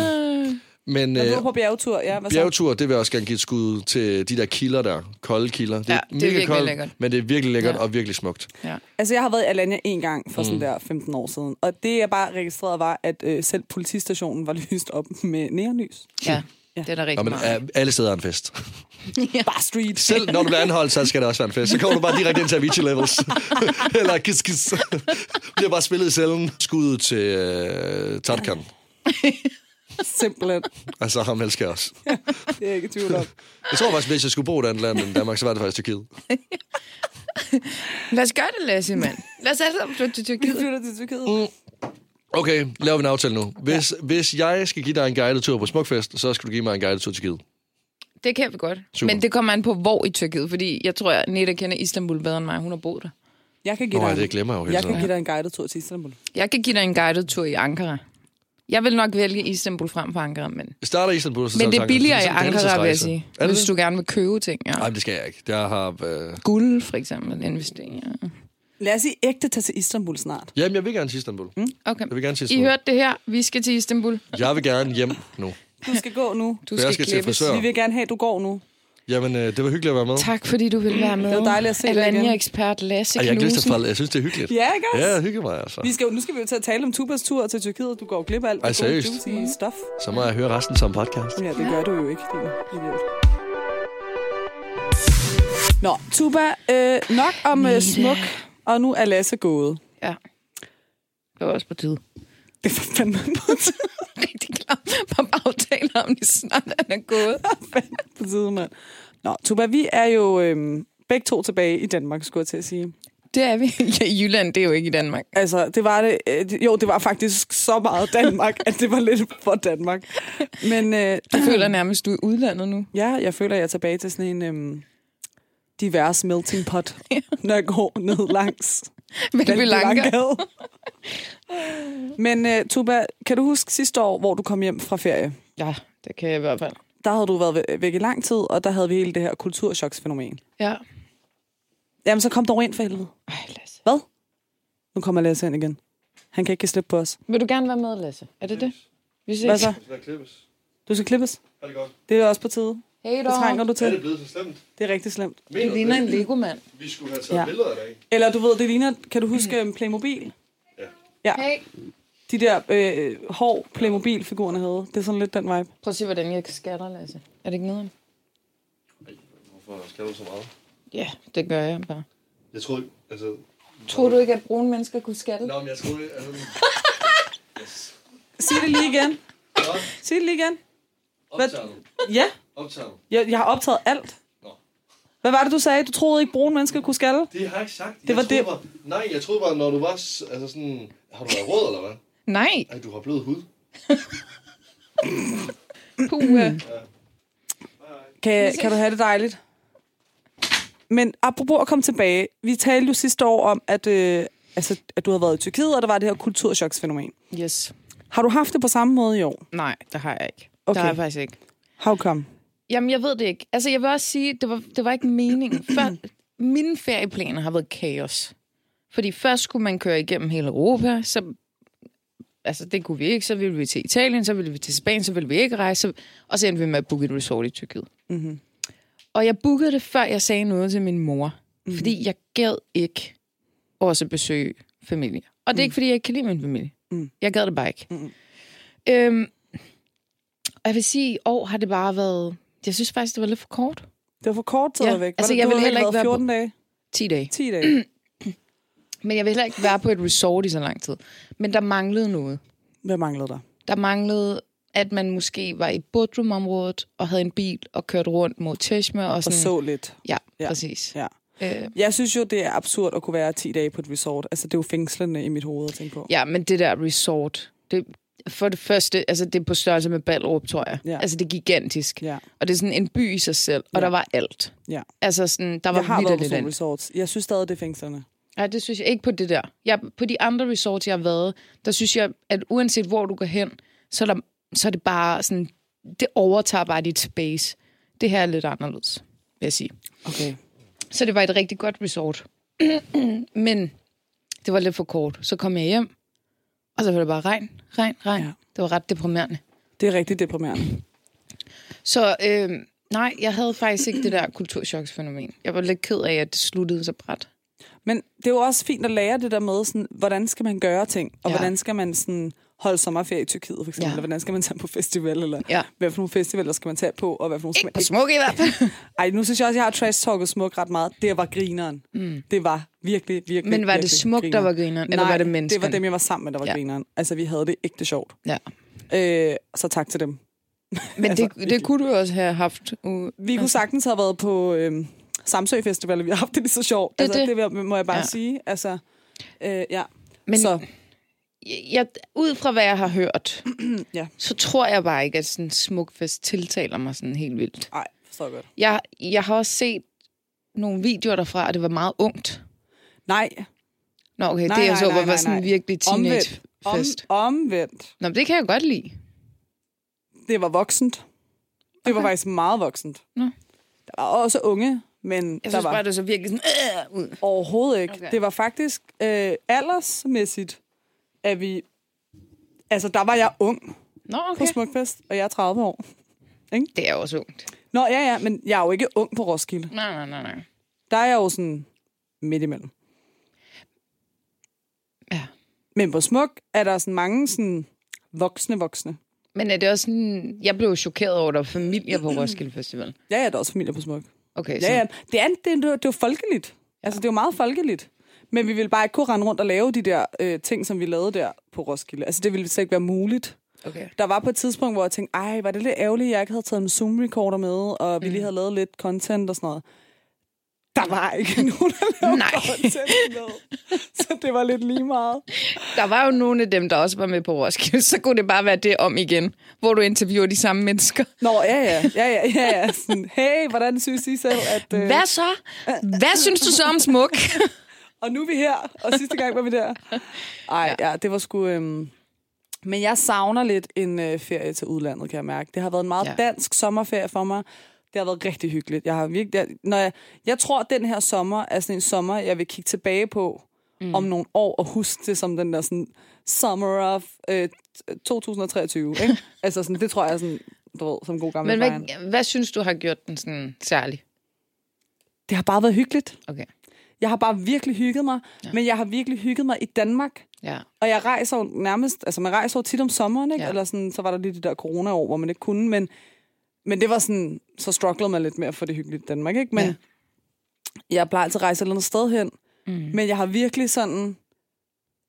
øhm, men
Du
øh,
var på bjergetur, ja. Hvad så?
bjergetur, det vil jeg også gerne give et skud til de der kilder der, kolde kilder. Det er,
Ja, det er
mega
virkelig
koldt,
lækkert.
Men det er virkelig lækkert
Ja.
og virkelig smukt.
Ja.
Altså, jeg har været i Alanya en gang for
Mm.
sådan der 15 år siden. Og det, jeg bare registrerede, var, at øh, selv politistationen var lyst op med neonlys.
ja. Det er der
Nå,
rigtig
men,
meget.
øh, alle steder er en fest.
Bare street.
Selv når du bliver anholdt, så skal det også være en fest. Så kommer du bare direkte ind til Avicii Levels. Eller kiss kiss. Bliver bare spillet i cellen. Skud til øh, Tarkan.
Simpelthen.
Altså, ham elsker jeg også.
Det er jeg ikke i tvivl om.
Jeg tror faktisk, hvis jeg skulle bo i et andet land end Danmark, så var det faktisk Tyrkiet.
Lad os gøre det, Lasse, mand. Lad os alle sammen flytte til
Vi
Tyrkiet.
flytter til Tyrkiet.
Okay, laver vi en aftale nu. Hvis, ja. hvis jeg skal give dig en guided tur på Smukfest, så skal du give mig en guided tur til Tyrkiet.
Det kan vi godt.
Super.
Men det kommer an på, hvor i Tyrkiet. Fordi jeg tror, at Neda kender Istanbul bedre end mig. Hun har boet der.
Jeg kan give
Nå,
dig
ja,
en-
det glemmer jeg jo hele
Jeg kan give
tiden.
dig en guided tur til Istanbul.
Jeg kan give dig en guided tur i Ankara. Jeg vil nok vælge Istanbul frem for Ankara, men,
Jeg starter i Istanbul, så tager
men det
vi
er
Ankara.
billigere i
sådan en
Ankara, vil jeg
dannelsesrejse.
sige.
ligesom Er det
Hvis
det?
du gerne vil købe ting. Ja.
Nej, men det skal jeg ikke. Jeg har... Øh...
Guld, for eksempel, investeringer.
Lad os sige ægte tage til Istanbul snart.
Jamen, jeg vil gerne til Istanbul. Mm?
Okay.
Jeg vil gerne til
I
Istanbul.
hørte det her. Vi skal til Istanbul.
Jeg vil gerne hjem nu.
Du skal gå nu.
Du
Jeg
skal,
skal til
klippes.
frisør.
Vi vil gerne have, at du går nu.
Jamen, øh, det var hyggeligt at være med.
Tak, fordi du ville være med.
Det var dejligt at se dig igen.
Alanya-ekspert Lasse
Og jeg har ikke lyst til at
Knudsen.
falde. Jeg synes, det er hyggeligt.
Ja, ikke også?
Ja, jeg hygger mig altså.
Vi skal, jo- nu skal vi jo til at tale om Tubas tur til Tyrkiet. Du går jo glip af alt
Ej,
det gode
seriøst?
juicy stuff.
Så må jeg høre resten som podcast.
Ja, det gør du jo ikke, din idiot. Nå, Tuba, øh, nok om øh, smuk, og nu er Lasse gået.
Ja. Det var også på tide.
Det var fandme på tide,
Rigtig klar på bagtaler, om det snart han er gået.
fandme på tide, mand. Nå, Tuba, vi er jo øh, begge to tilbage i Danmark, skulle jeg til at sige.
Det er vi. Ja, Jylland, det er jo ikke i Danmark.
Altså, det var det, øh, det- jo, det var faktisk så meget Danmark, at det var lidt for Danmark. Men øh,
Du føler nærmest, du er i udlandet nu.
Ja, jeg føler, jeg er tilbage til sådan en øhm, divers melting pot, når jeg går ned langs
Men
den
vi lanker.
gade. Men uh, Tuba, kan du huske sidste år, hvor du kom hjem fra ferie?
Ja, det kan jeg i hvert fald.
Der havde du været væ- væk i lang tid, og der havde vi hele det her kulturschoksfænomen.
Ja.
Jamen, så kom dog ind for helvede.
Ej, Lasse.
Hvad? Nu kommer Lasse ind igen. Han kan ikke give slip på os.
Vil du gerne være med, Lasse? Er det det? Vi ses.
Hvad så?
Skal klippes?
Du skal klippes.
Er det godt?
Det er også på tide.
Hey
Det trænger
dog.
du til.
blevet så slemt?
Det er rigtig slemt.
Du ligner en legomand.
Vi skulle have
Ja.
billeder i dag.
Eller du ved, det ligner... Kan du huske øhm, Playmobil?
Ja.
Ja.
Hey.
De der øh, hård Playmobil-figurerne havde. Det er sådan lidt den vibe.
Prøv at se, hvordan jeg skatter, Lasse. Er det ikke noget?
Hvorfor skal du så meget?
Ja, det gør jeg bare.
Jeg troede, altså...
Tror du ikke, at brune mennesker kunne skatte?
Nå, men jeg troede... Altså, yes.
Sig det lige igen.
Nå,
Sig det lige igen.
optager du?
Ja,
Optager du?
jeg, jeg har optaget alt.
Nå.
Hvad var det, du sagde? Du troede ikke, brune mennesker kunne skalle?
Det har jeg ikke sagt.
Det var
jeg troede
det.
Bare, nej, jeg troede bare, når du var... s- Altså sådan... Har du været rød, eller hvad?
Nej.
Ej, du har blød hud.
Puh.
Kan, kan du have det dejligt? Men apropos at komme tilbage, vi talte jo sidste år om, at, øh, altså, at du havde været i Tyrkiet, og der var det her kulturchoksfænomen.
Yes.
Har du haft det på samme måde i år?
Nej, det har jeg ikke. Okay.
Okay.
Det har jeg faktisk ikke.
How come?
Jamen, jeg ved det ikke. Altså, jeg vil også sige, det var, det var ikke meningen. Før, mine ferieplaner har været kaos. Fordi først skulle man køre igennem hele Europa, så... Altså, det kunne vi ikke. Så ville vi til Italien, så ville vi til Spanien, så ville vi ikke rejse. så- Og så endte vi med at booke et resort i Tyrkiet. Mm-hmm. Og jeg bookede det, før jeg sagde noget til min mor. Mm-hmm. Fordi jeg gad ikke også besøge familie. Og det er ikke, fordi jeg ikke kan lide min familie. Mm. Jeg gad det bare ikke. Mm-hmm. Øhm, og jeg vil sige, i år har det bare været... Jeg synes faktisk, det var lidt for kort.
Det var for kort tid
Ja,
ja. væk.
altså,
det,
jeg
du
ville
havde
heller ikke
været
være på-
14 dage,
10 dage.
10 dage.
Men jeg vil heller ikke være på et resort i så lang tid. Men der manglede noget.
Hvad manglede der?
Der manglede, at man måske var i Bodrum-området og havde en bil og kørte rundt mod Teshme. Og
Og
sådan.
så lidt.
ja,
Ja.
ja, præcis.
Ja.
Øh,
Jeg synes jo, det er absurd at kunne være 10 dage på et resort. Altså, det er jo fængslende i mit hoved at tænke på.
ja, men det der resort, det, for det første, altså det er på størrelse med Ballerup, tror jeg.
Ja.
Altså det er gigantisk.
Ja.
Og det er sådan en by i sig selv, og
Ja.
der var alt.
Ja.
Altså sådan, der var
Jeg har været på
vitterligt
sådan
alt.
nogle resorts. Jeg synes stadig, det er fængslerne.
Nej, det synes jeg ikke på det der. Jeg, på de andre resorts, jeg har været, der synes jeg, at uanset hvor du går hen, så er, der, så er det bare sådan, det overtager bare dit space. Det her er lidt anderledes, vil jeg sige.
Okay.
Så det var et rigtig godt resort. Men det var lidt for kort. Så kom jeg hjem, og så var det bare regn, regn, regn.
Ja.
Ja. Det var ret deprimerende.
Det er rigtig deprimerende.
Så øh, nej, jeg havde faktisk ikke det der kulturchoksfænomen. Jeg var lidt ked af, at det sluttede så bræt.
Men det er jo også fint at lære det der med, sådan, hvordan skal man gøre ting, og ja.
Ja.
hvordan skal man sådan, holde sommerferie i Tyrkiet, for eksempel, ja.
Ja.
eller hvordan skal man tage på festival, eller
Ja.
hvad for nogle festivaler skal man tage på, og hvad for nogle skal
Ikke
man
på smuk i hvert fald.
Ej, nu synes jeg også, jeg har trash-talket smuk ret meget. Det var grineren. Mm. Det var virkelig, virkelig,
Men var det
virkelig
smuk, der var grineren, eller
Nej,
var det
det var
menneskerne?
dem, jeg var sammen med, der var ja.
Ja.
grineren. Altså, vi havde det ægte sjovt.
ja.
Øh, så tak til dem.
Men
Altså,
altså, det, det kunne du også have haft. Uh,
Vi kunne sagtens have været på øh, Samsø Festival, og vi har haft det lige så sjovt.
Det er
altså, det.
det.
vil- må jeg bare ja.
Ja.
sige. Altså, øh, ja.
Men
så,
så. Jeg, ud fra hvad jeg har hørt,
Ja.
så tror jeg bare ikke, at sådan en smukfest tiltaler mig sådan helt vildt.
ej, forstår jeg godt.
Jeg, jeg har også set nogle videoer derfra, og det var meget ungt.
Nej,
Nå, okay,
Nej,
det jeg
nej,
så
nej,
var,
nej,
var sådan
nej.
virkelig
omvendt. Om,
teenage-fest.
omvendt.
Nå, men det kan jeg godt lide.
Det var voksent. Det var faktisk meget voksent.
Nå.
Der var også unge, men
Jeg
der
synes
var...
bare, det så virkelig sådan øh, ud.
Overhovedet ikke. Okay.
Okay.
Det var faktisk øh, aldersmæssigt, at vi... Altså, der var jeg ung okay.
Nå,
på
okay.
Smukfest, og jeg er 30 år.
Det er jo også ungt.
Nå, ja, ja, men jeg er jo ikke ung på Roskilde.
Nej, nej, nej, nej.
Der er jeg jo sådan midt imellem.
Ja.
Men på Smuk er der sådan mange sådan voksne voksne.
Men er det også sådan... Jeg blev jo chokeret over, at der var familier på Roskilde Festival.
Ja, ja, der er også familier på Smuk.
Okay, så
Ja, ja. Det er, det, er- det er jo folkeligt. Altså, det er jo meget folkeligt. Men vi ville bare ikke kunne rende rundt og lave de der øh, ting, som vi lavede der på Roskilde. Altså, det ville slet ikke være muligt.
Okay.
Der var på et tidspunkt, hvor jeg tænkte, ej, var det lidt ærgerligt, at jeg ikke havde taget en Zoom-recorder med, og vi lige havde lavet lidt content og sådan noget. Der var ikke nogen, der lavede
Nej.
content med. Så det var lidt lige meget.
Der var jo nogle af dem, der også var med på Roskilde, så kunne det bare være det om igen, hvor du interviewer de samme mennesker.
Nå, ja, ja. ja, ja, ja, ja. Sådan, hey, hvordan synes I selv, at... Øh...
Hvad så? Hvad synes du så om smuk?
Og nu er vi her, og sidste gang var vi der. Ej, ja, det var sgu... Øhm... Men jeg savner lidt en øh, ferie til udlandet, kan jeg mærke. Det har været en meget ja.
Ja.
dansk sommerferie for mig. Det har været rigtig hyggeligt. Jeg har virkelig, jeg, når jeg, jeg tror, at den her sommer er sådan en sommer, jeg vil kigge tilbage på mm. om nogle år og huske det som den der sådan, summer of øh, t- 2023. Ikke? altså sådan, det tror jeg er sådan, du ved, som god gammel
Men
Men,
hvad, hvad synes du har gjort den sådan særlig?
Det har bare været hyggeligt.
Okay.
Jeg har bare virkelig hygget mig. Ja. Men jeg har virkelig hygget mig i Danmark.
Ja.
Og jeg rejser jo nærmest, altså man rejser jo tit om sommeren, ikke? Ja.
Ja.
Eller sådan, så var der lige det der corona-år, hvor man ikke kunne, men, men det var sådan, så strugglede man lidt med at få det hyggeligt i Danmark, ikke? Men ja.
Ja.
jeg plejer altid at rejse et eller andet sted hen, mm. men jeg har virkelig sådan,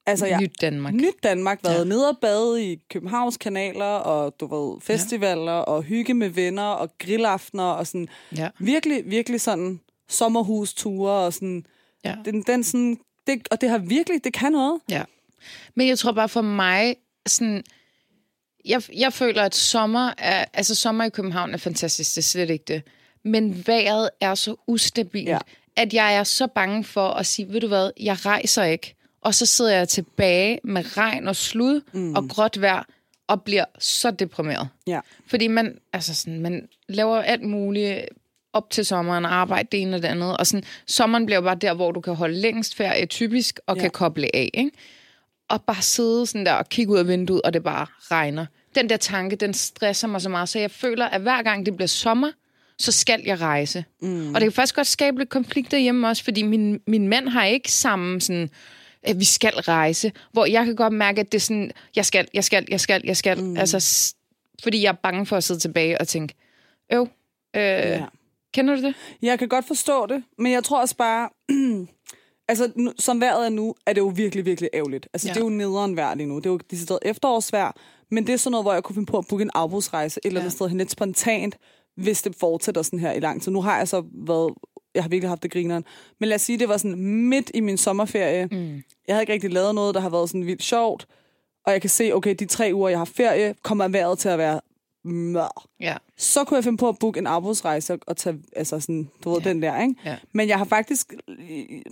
altså jeg
Nyt Danmark.
nyt Danmark, været ja.
Ja.
nede og bade i Københavns kanaler, og du ved, festivaler, ja. og hygge med venner, og grillaftener, og sådan,
Ja.
virkelig, virkelig sådan, sommerhusture, og sådan,
Ja.
den, den sådan, det, og det har virkelig, det kan noget.
ja. Men jeg tror bare for mig, sådan, jeg, jeg føler, at sommer, er, altså sommer i København er fantastisk, det er slet ikke det. Men vejret er så ustabilt,
Ja.
ja. at jeg er så bange for at sige, ved du hvad, jeg rejser ikke. Og så sidder jeg tilbage med regn og slud mm. og gråt vejr og bliver så deprimeret.
Ja.
Fordi man, altså sådan, man laver alt muligt op til sommeren, arbejde det ene og det andet. Og sådan, sommeren bliver jo bare der, hvor du kan holde længst ferie typisk, og
Ja.
ja. kan koble af. Ikke? Og bare sidde sådan der og kigge ud af vinduet, og det bare regner. Den der tanke, den stresser mig så meget, så jeg føler, at hver gang det bliver sommer, så skal jeg rejse. Mm. Og det kan faktisk godt skabe lidt konflikt derhjemme også, fordi min, min mand har ikke sammen sådan, at vi skal rejse, hvor jeg kan godt mærke, at det er sådan, jeg skal, jeg skal, jeg skal, jeg skal. Mm. Altså, s- fordi jeg er bange for at sidde tilbage og tænke, øv, øh, ja.
Ja.
Kender du det?
Jeg kan godt forstå det, men jeg tror også bare... altså, nu, som vejret er nu, er det jo virkelig, virkelig ærgerligt. Altså, ja.
Ja.
det er jo nederen vejr lige nu. Det er jo decideret efterårsvejr. Men det er sådan noget, hvor jeg kunne finde på at booke en afbudsrejse et eller andet
Ja.
sted hen lidt spontant, hvis det fortsætter sådan her i lang tid. Nu har jeg så været... Jeg har virkelig haft det grineren. Men lad os sige, det var sådan midt i min sommerferie. Mm. Jeg havde ikke rigtig lavet noget, der har været sådan vildt sjovt. Og jeg kan se, okay, de tre uger, jeg har ferie, kommer vejret til at være mør
Ja.
så kunne jeg finde på at booke en arbejdsrejse og- og tage, altså sådan, du ved, ja.
Ja.
den der, ikke?
Ja.
Men jeg har faktisk,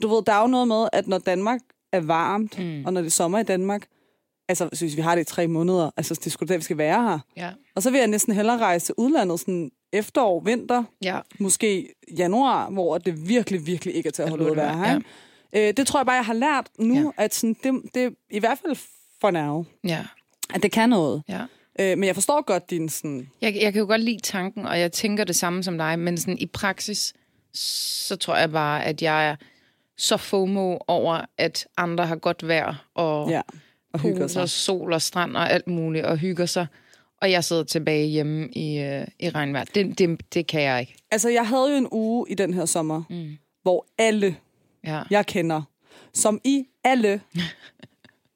du ved, der er jo noget med, at når Danmark er varmt, mm. og når det er sommer i Danmark, altså synes vi har det i tre måneder, altså det skulle da, vi skal være her.
Ja.
Og så vil jeg næsten hellere rejse til udlandet sådan efterår, vinter,
Ja.
måske januar, hvor det virkelig, virkelig ikke er til at holde ud at være her. Ja. Øh, det tror jeg bare, jeg har lært nu, ja.
Ja.
at sådan, det, det i hvert fald for nerve,
Ja.
at det kan noget.
ja.
Øh, men jeg forstår godt din sådan,
Jeg, jeg kan jo godt lide tanken, og jeg tænker det samme som dig, men sådan i praksis, så tror jeg bare, at jeg er så FOMO over, at andre har godt vejr, og
ja, og hygger
pools
sig.
og sol og strand og alt muligt, og hygger sig. Og jeg sidder tilbage hjemme i, øh, i regnvejr. Det, det, det kan jeg ikke.
Altså, jeg havde jo en uge i den her sommer, mm. hvor alle,
Ja.
jeg kender, som i alle,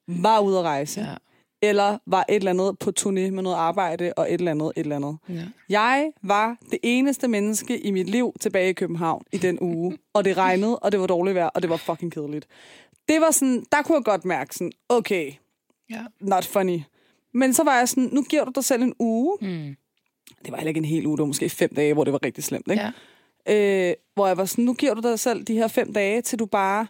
var ude at rejse.
Ja.
Eller var et eller andet på turné med noget arbejde og et eller andet, et eller andet.
Ja.
Jeg var det eneste menneske i mit liv tilbage i København i den uge. og det regnede, og det var dårligt vejr, og det var fucking kedeligt. Det var sådan, der kunne jeg godt mærke sådan, okay,
ja.
not funny. Men så var jeg sådan, nu giver du dig selv en uge. Mm. Det var heller ikke en hel uge, det var måske fem dage, hvor det var rigtig slemt. Ikke?
Ja.
øh, hvor jeg var sådan, nu giver du dig selv de her fem dage, til du bare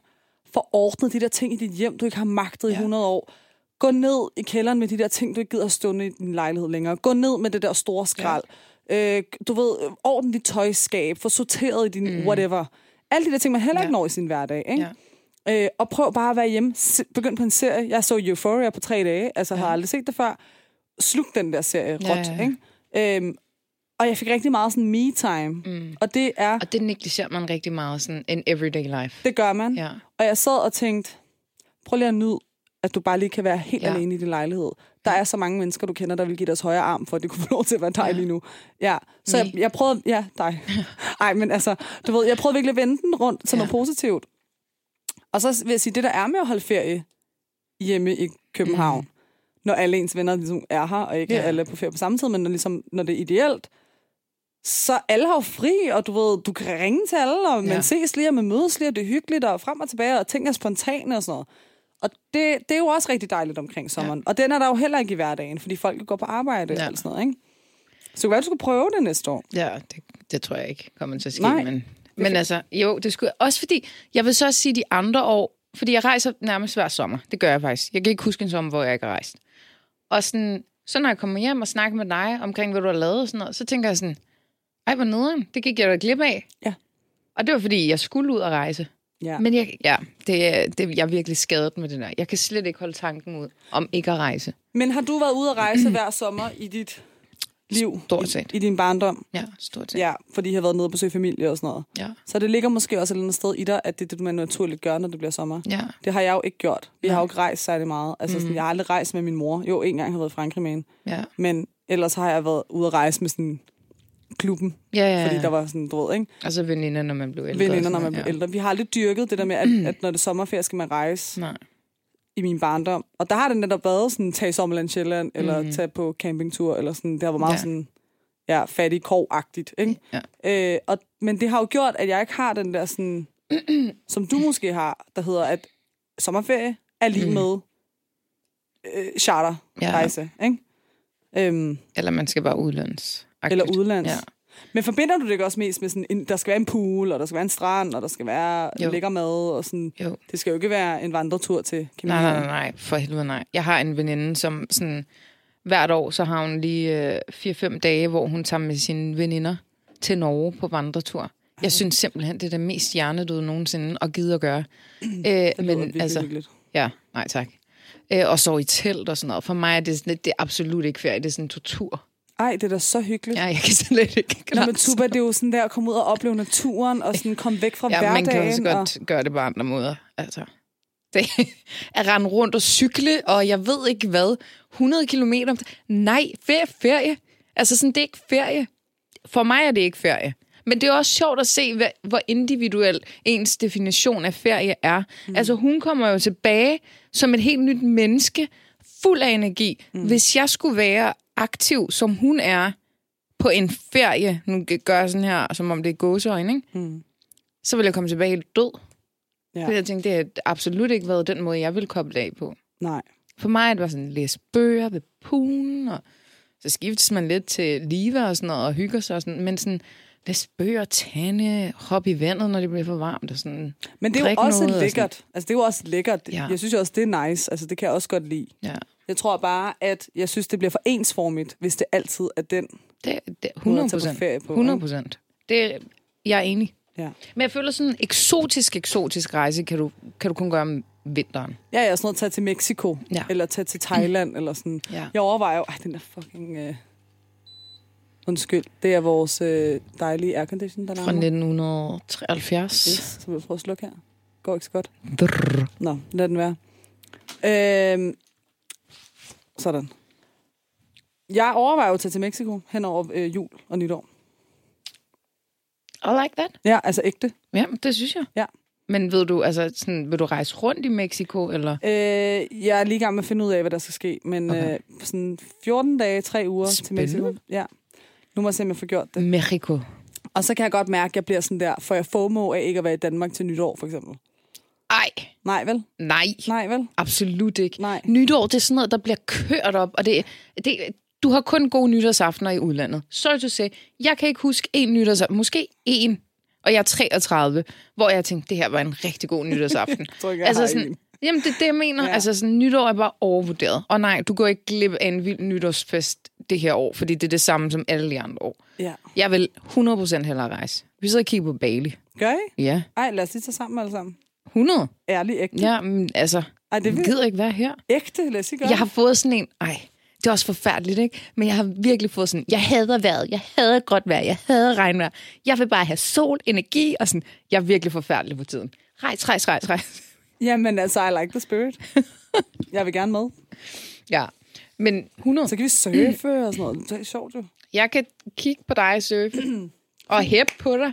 får ordnet de der ting i dit hjem, du ikke har magtet ja. i 100 år. Gå ned i kælderen med de der ting, du ikke gider at stående i din lejlighed længere. Gå ned med det der store skrald. Ja. Øh, du ved, øh, ordne dit tøjskab, få sorteret i din mm. whatever. Alle de der ting, man heller ikke
Ja.
når i sin hverdag. Ikke? Øh, og prøv bare at være hjemme. Se- Begynd på en serie. Jeg så Euphoria på tre dage, altså ja. har aldrig set det før. Slug den der serie
Ja,
råt,
ja,
ja,
ja.
ikke? Øhm, og jeg fik rigtig meget sådan me-time. Mm. Og det er,
Og det negligerer man rigtig meget sådan en everyday life.
det gør man.
Ja.
Og jeg sad og tænkte, prøv lige at nyde, at du bare lige kan være helt ja.
Ja.
alene i din lejlighed. Der er så mange mennesker, du kender, der vil give deres højre arm for, at det kunne få lov til at være dig ja. lige nu. Ja, så jeg, jeg prøvede... Ja, dig. Ej, men altså, du ved, jeg prøvede virkelig at vende den rundt til ja. noget positivt. Og så vil jeg sige, det der er med at holde ferie hjemme i København, mm. når alle ens venner ligesom er her, og ikke ja.
Ja.
alle er på ferie på samme tid, men når, ligesom, når det er ideelt, så alle har jo fri, og du ved, du kan ringe til alle, og man ja.
Ja.
ses lige, og man mødes lige, og det er hyggeligt, og frem og tilbage, og ting er spontane og sådan noget. Og det, det er jo også rigtig dejligt omkring sommeren. Ja. Og den er der jo heller ikke i hverdagen, fordi folk går på arbejde ja.
Ja.
og alt sådan noget, ikke? Så det kunne være, du skulle prøve det næste år.
Ja, det, det tror jeg ikke kommer til at ske.
Nej.
Men, men altså, jo, det skulle... Også fordi, jeg vil så også sige de andre år, fordi jeg rejser nærmest hver sommer. Det gør jeg faktisk. Jeg kan ikke huske en sommer, hvor jeg ikke har rejst. Og sådan, så når jeg kommer hjem og snakker med dig omkring, hvad du har lavet og sådan noget, så tænker jeg sådan, ej, hvor nederen, det gik jeg da glip af.
Ja.
Og det var, fordi jeg skulle ud og rejse.
Ja.
Men jeg, ja, det, er- det, jeg er virkelig skadet med det der. Jeg kan slet ikke holde tanken ud om ikke at rejse.
Men har du været ude at rejse hver sommer i dit liv?
Stort set.
I, i din barndom?
Ja, stort set.
Ja, fordi I har været nede og besøge familie og sådan noget.
Ja.
Så det ligger måske også et eller andet sted i dig, at det er det, man naturligt gør, når det bliver sommer.
Ja.
Det har jeg jo ikke gjort. Vi har jo ikke rejst særlig meget. Altså, mm.
Mm-hmm.
sådan, jeg har aldrig rejst med min mor. Jo, en gang har jeg været i Frankrig med hende.
Ja.
Men ellers har jeg været ude at rejse med sådan klubben,
Ja, ja, ja.
fordi der var sådan, du ved, ikke?
Og så veninder, når man blev ældre. og
Veninder,
sådan
når man
noget,
bliver
ja.
ældre. Vi har aldrig dyrket det der med, at, at når det er sommerferie, skal man rejse
Nej.
i min barndom. Og der har det netop været sådan, tage i Sommerland Sjælland, eller mm. tage på campingtur, eller sådan, det har været meget
Mhm. Ja.
sådan, ja, fattig kov-agtigt, ikke? Ja. Øh, og, men det har jo gjort, at jeg ikke har den der sådan, som du måske har, der hedder, at sommerferie er lige
Mhm.
mm. med øh, charter, ja.
Ja.
rejse, ikke? Øhm,
Eller man skal bare udlands.
eller udlands. Ja.
Ja.
Men forbinder du det ikke også mest med sådan, en, der skal være en pool, og der skal være en strand, og der skal være
Jo.
jo. lækker mad, og sådan.
Jo.
Det skal jo ikke være en vandretur til
Nej,
Camilla.
nej, nej, nej. For helvede nej. Jeg har en veninde, som sådan, hvert år, så har hun lige øh, 4-5 dage, hvor hun tager med sine veninder til Norge på vandretur. Jeg synes simpelthen, det er det mest hjernedøde nogensinde og gide at gøre. Æ,
Det lyder
men
virkelig
altså,
hyggeligt.
ja, nej tak. Æ, og så i telt og sådan noget. For mig er det, sådan, lidt- det er absolut ikke ferie, det er sådan tortur.
Ej, det er da så hyggeligt.
Ja, jeg kan slet ikke
Ja,
klare
men tuba, det er jo sådan der at komme ud og opleve naturen, og sådan komme væk fra
Ja, man
hverdagen.
kan også
og...
godt gøre det på andre måder. Altså, det, at rende rundt og cykle, og jeg ved ikke hvad, 100 kilometer. Nej, ferie, ferie. Altså, sådan, det er ikke ferie. For mig er det ikke ferie. Men det er også sjovt at se, hvad, hvor individuel ens definition af ferie er. Mm. Altså, hun kommer jo tilbage som et helt nyt menneske, fuld af energi. Mm. Hvis jeg skulle være aktiv, som hun er, på en ferie, nu gør jeg sådan her, som om det er gåseøjne, ikke? så ville jeg komme tilbage helt død. Ja.
Ja.
Fordi jeg tænkte, det har absolut ikke været den måde, jeg ville koble af på.
Nej.
For mig det var sådan, læse bøger ved poolen, og så skiftes man lidt til live og sådan noget, og hygger sig og sådan, men sådan, læse bøger, tande, hoppe i vandet, når det bliver for varmt og sådan.
Men det er jo
Drikke
også
noget og
lækkert. Altså, det er jo også lækkert.
Ja.
Ja. Jeg synes jo også, det er nice. Altså, det kan jeg også godt lide.
Ja,
Jeg tror bare, at jeg synes, det bliver for ensformigt, hvis det altid er den.
det, det
Måde
100
at tage på
procent.
ferie på,
100 procent. Det, jeg er enig.
Ja,
Men jeg føler sådan en eksotisk, eksotisk rejse, kan du, kan du kun gøre om vinteren.
ja jeg er sådan noget at tage til Mexico,
Ja.
ja. eller tage til Thailand, eller sådan.
Ja.
Jeg overvejer jo, ej, den der fucking... Øh... Undskyld, det er vores øh, dejlige aircondition, der
Fra
larmer.
1973.
Yes, så vil jeg prøve at slukke her. Går ikke så godt.
Brrr.
Nå, lad den være. Øhm, sådan. Jeg overvejer jo at tage til Mexico hen over øh, jul og nytår.
I like that.
Ja, altså ægte.
Ja, det synes jeg.
Ja.
Men ved du, altså, sådan, vil du rejse rundt i Mexico, eller?
Øh, jeg er lige i gang med at finde ud af, hvad der skal ske, men
Okay.
okay. øh, sådan 14 dage, 3 uger
Spændende.
til Mexico. Ja. Nu må jeg se, om jeg får gjort det.
Mexico.
Og så kan jeg godt mærke, at jeg bliver sådan der, for jeg FOMO af ikke at være i Danmark til nytår, for eksempel.
Ej,
Nej, vel?
nej,
Nej, vel?
absolut ikke.
Nej.
Nytår, det er sådan noget, der bliver kørt op, og det, det, du har kun gode nytårsaftener i udlandet. Sorry to say, jeg kan ikke huske en nytårsaften, måske en, og jeg er 33, hvor jeg tænkte, det her var en rigtig god nytårsaften.
tror ikke, jeg
altså
har
sådan,
en.
Jamen, det er det, jeg mener. Ja.
Ja.
Altså, sådan, nytår er bare overvurderet. Og nej, du går ikke glip af en vild nytårsfest det her år, fordi det er det samme som alle de andre år.
Ja.
Jeg vil 100% hellere rejse. Vi sidder og kigger på Bali.
Gør I?
Ja.
Ej, lad os lige tage sammen alle sammen.
100?
Ærlig ægte.
Ja, men altså,
Ej, det
jeg
er
gider ikke være her.
ægte, lad os lige gøre
Jeg har fået sådan en, ej, det er også forfærdeligt, ikke? Men jeg har virkelig fået sådan, jeg hader vejret, jeg hader godt vejr, jeg hader regnvejr. Jeg vil bare have sol, energi og sådan. Jeg er virkelig forfærdelig på tiden. Rejs, rejs, rejs, rejs.
Jamen altså, I like the spirit. jeg vil gerne med.
Ja, men 100.
Så kan vi surfe og sådan noget. Det er sjovt jo.
Jeg kan kigge på dig, surfe, og hæppe på dig.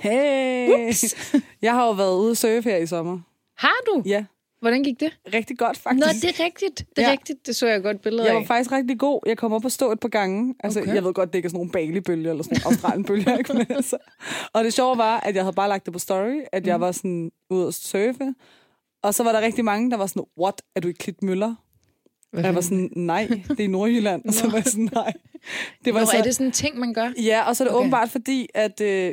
Hey!
Ups.
Jeg har jo været ude at surfe her i sommer.
Har du?
Ja,
Hvordan gik det?
rigtig godt
Nå,
faktisk.
det er rigtigt. Det er ja.
Ja.
rigtigt. Det så jeg godt billeder
Jeg
af.
var faktisk rigtig god. Jeg kom op og stå et par gange. Altså,
Okay.
okay. jeg ved godt, det ikke er sådan nogle Bali-bølger eller sådan nogle Australien-bølger. ikke? Men altså. Og det sjove var, at jeg havde bare lagt det på story, at
Mm.
jeg var sådan ude at surfe. Og så var der rigtig mange, der var sådan, what, er du i Klitmøller? Og jeg var sådan, nej, det er i Nordjylland. Og så var jeg sådan, nej. Det var altså
Nå,
så,
er det sådan en ting, man gør?
Ja, og så er det
Okay.
okay. åbenbart fordi, at øh,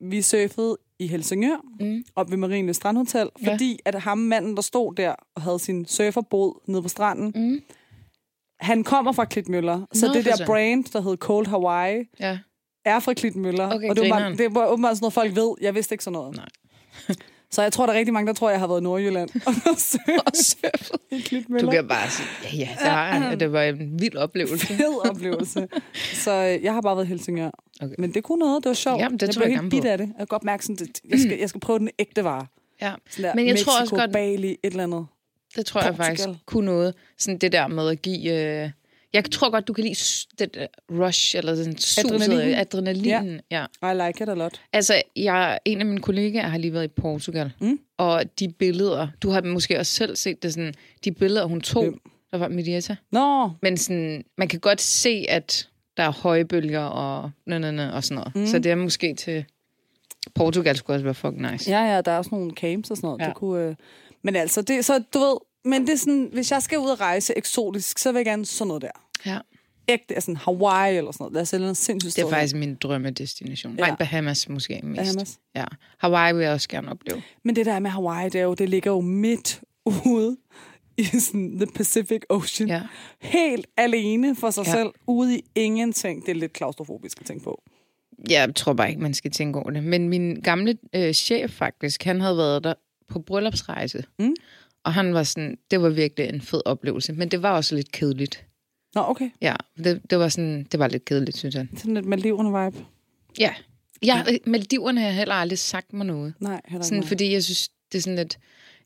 vi surfede i Helsingør,
Mm.
mm. op ved Marine Strandhotel,
Ja.
fordi at ham manden, der stod der og havde sin surferbåd nede på stranden,
Mm.
han kommer fra Klitmøller. Så
Nå,
det
for
der
søren.
brand, der hed Cold Hawaii,
Ja.
er fra Klitmøller.
Okay,
og det var,
grineren.
bare, det var åbenbart sådan noget, folk ved. Jeg vidste ikke sådan noget.
Nej.
så jeg tror, der er rigtig mange, der tror, jeg har været i Nordjylland. og surfet i Klitmøller.
Du kan bare sige, ja, ja, det har jeg. Det var en vild oplevelse.
fed oplevelse. Så øh, jeg har bare været i Helsingør.
Okay.
Okay. Men det kunne noget, det var sjovt.
Jamen, det
jeg
tror jeg
blev
gerne
helt bit
på.
af det. Jeg kan godt mærke, sådan, det, jeg, skal, jeg skal prøve den ægte vare.
Ja.
Sådan der
Men jeg
Mexico,
tror også godt-
Bali, et eller andet.
Det tror jeg
Portugal.
faktisk kunne noget. Sådan det der med at give... Øh, jeg tror godt, du kan lide s- det der rush, eller den susede
Adrenalin.
adrenalin. Ja. ja.
I like it a lot.
Altså, jeg, en af mine kollegaer har lige været i Portugal, mm. og de billeder, du har måske også selv set det sådan, de billeder, hun tog,
Hvem?
der var Medieta.
Nå,
Men sådan, man kan godt se, at der er høje bølger og, næ, næ, næ, og sådan noget. Mm. Så det er måske til... Portugal skulle også være fucking nice.
ja, ja, der er også nogle camps og sådan noget.
Ja.
Ja. Det kunne, øh, men altså, det, så du ved, men det er sådan, hvis jeg skal ud og rejse eksotisk, så vil jeg gerne sådan noget der.
ja.
ægte, altså Hawaii eller sådan noget. Lad os sælge noget sindssygt
Det er
sted.
faktisk min drømmedestination. Ja.
Ja.
Nej, Bahamas måske mest.
Bahamas.
Ja. Hawaii vil jeg også gerne opleve.
Men det der med Hawaii, det, er jo, det ligger jo midt ude i sådan the Pacific Ocean.
Ja.
Helt alene for sig
Ja.
ja. selv, ude i ingenting. Det er lidt klaustrofobisk at tænke på.
Jeg tror bare ikke, man skal tænke over det. Men min gamle øh, chef faktisk, han havde været der på bryllupsrejse.
Mm.
Og han var sådan, det var virkelig en fed oplevelse. Men det var også lidt kedeligt.
Nå, okay.
Ja, det, det var sådan, det var lidt kedeligt, synes han.
Sådan lidt Maliverne vibe.
Ja. Jeg, Maldiverne har heller aldrig sagt mig noget.
Nej, heller
Sådan,
ikke. For...
fordi jeg synes, det er sådan lidt...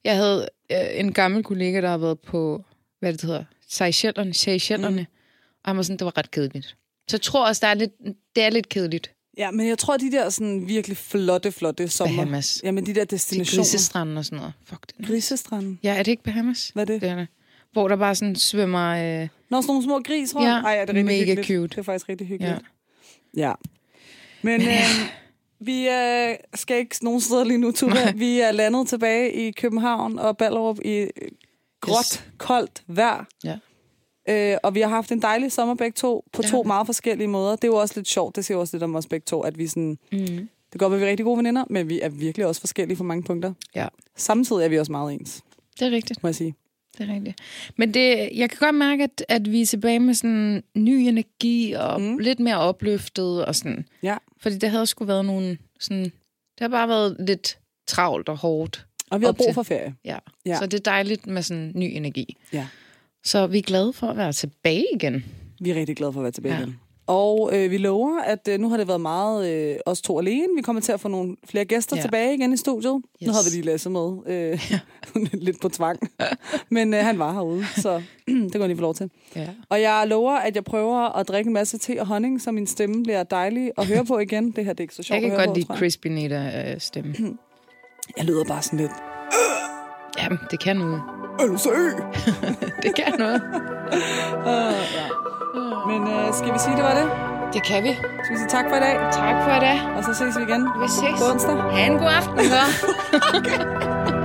Jeg havde øh, en gammel kollega, der har været på, hvad det hedder, Seychellerne, Seychellerne, mm. og han var sådan, det var ret kedeligt. Så jeg tror også, der er lidt, det er lidt kedeligt.
Ja, men jeg tror, de der sådan virkelig flotte, flotte sommer...
Bahamas.
Jamen, de der
De
destinationer.
grisestranden og sådan noget. Fuck det.
Grisestranden.
Ja, er det ikke Bahamas?
Hvad er det?
Det er det. Hvor der bare sådan svømmer... Øh,
Nå, sådan nogle små gris rundt.
Ja,
Ej, er det rigtig
mega
hyggeligt.
cute.
Det er faktisk rigtig
ja.
hyggeligt. Ja. Men øh, vi øh, skal ikke nogen steder lige nu, Tuba. Vi er landet tilbage i København og Ballerup i øh, gråt,
Yes.
yes. koldt vejr.
ja.
Øh, og vi har haft en dejlig sommer begge to, på
Det
ja.
har
to
vi.
meget forskellige måder. Det er jo også lidt sjovt, det siger jo også lidt om os begge to, at vi sådan... Mm. Det går, at vi er rigtig gode veninder, men vi er virkelig også forskellige på mange punkter.
ja.
Samtidig er vi også meget ens,
Det er rigtigt.
må jeg sige.
Det er rigtigt. Men det, jeg kan godt mærke, at, at vi er tilbage med sådan ny energi og mm. lidt mere opløftet og sådan.
Ja.
Fordi det havde sgu været nogle sådan... Det har bare været lidt travlt og hårdt.
Og vi har
Op til.
brug for ferie.
Ja. ja.
Ja.
Så det er dejligt med sådan ny energi.
Ja.
Så vi er glade for at være tilbage igen.
Vi er rigtig glade for at være tilbage
Ja.
ja. igen. Og øh, vi lover, at øh, nu har det været meget øh, os to alene. Vi kommer til at få nogle flere gæster
Ja.
ja. tilbage igen i studiet. Yes.
Yes.
Nu havde vi lige Lasse med. Øh, lidt på tvang. Men øh, han var herude, så det kan jeg lige få lov til.
Ja.
Og jeg lover, at jeg prøver at drikke en masse te og honning, så min stemme bliver dejlig at høre på igen. Det her det er ikke så sjovt
Jeg kan
at høre
godt
på,
lide
tror jeg.
Crispy Nita øh, stemme.
jeg lyder bare sådan lidt,
Jamen, det kan noget.
er du sø?
Det kan noget.
Men øh, skal vi sige, det var det?
Det kan vi.
Skal vi sige tak for i dag,
Tak for det.
og så ses vi igen
Vi ses.
på onsdag.
Ha' en god aften, hva'?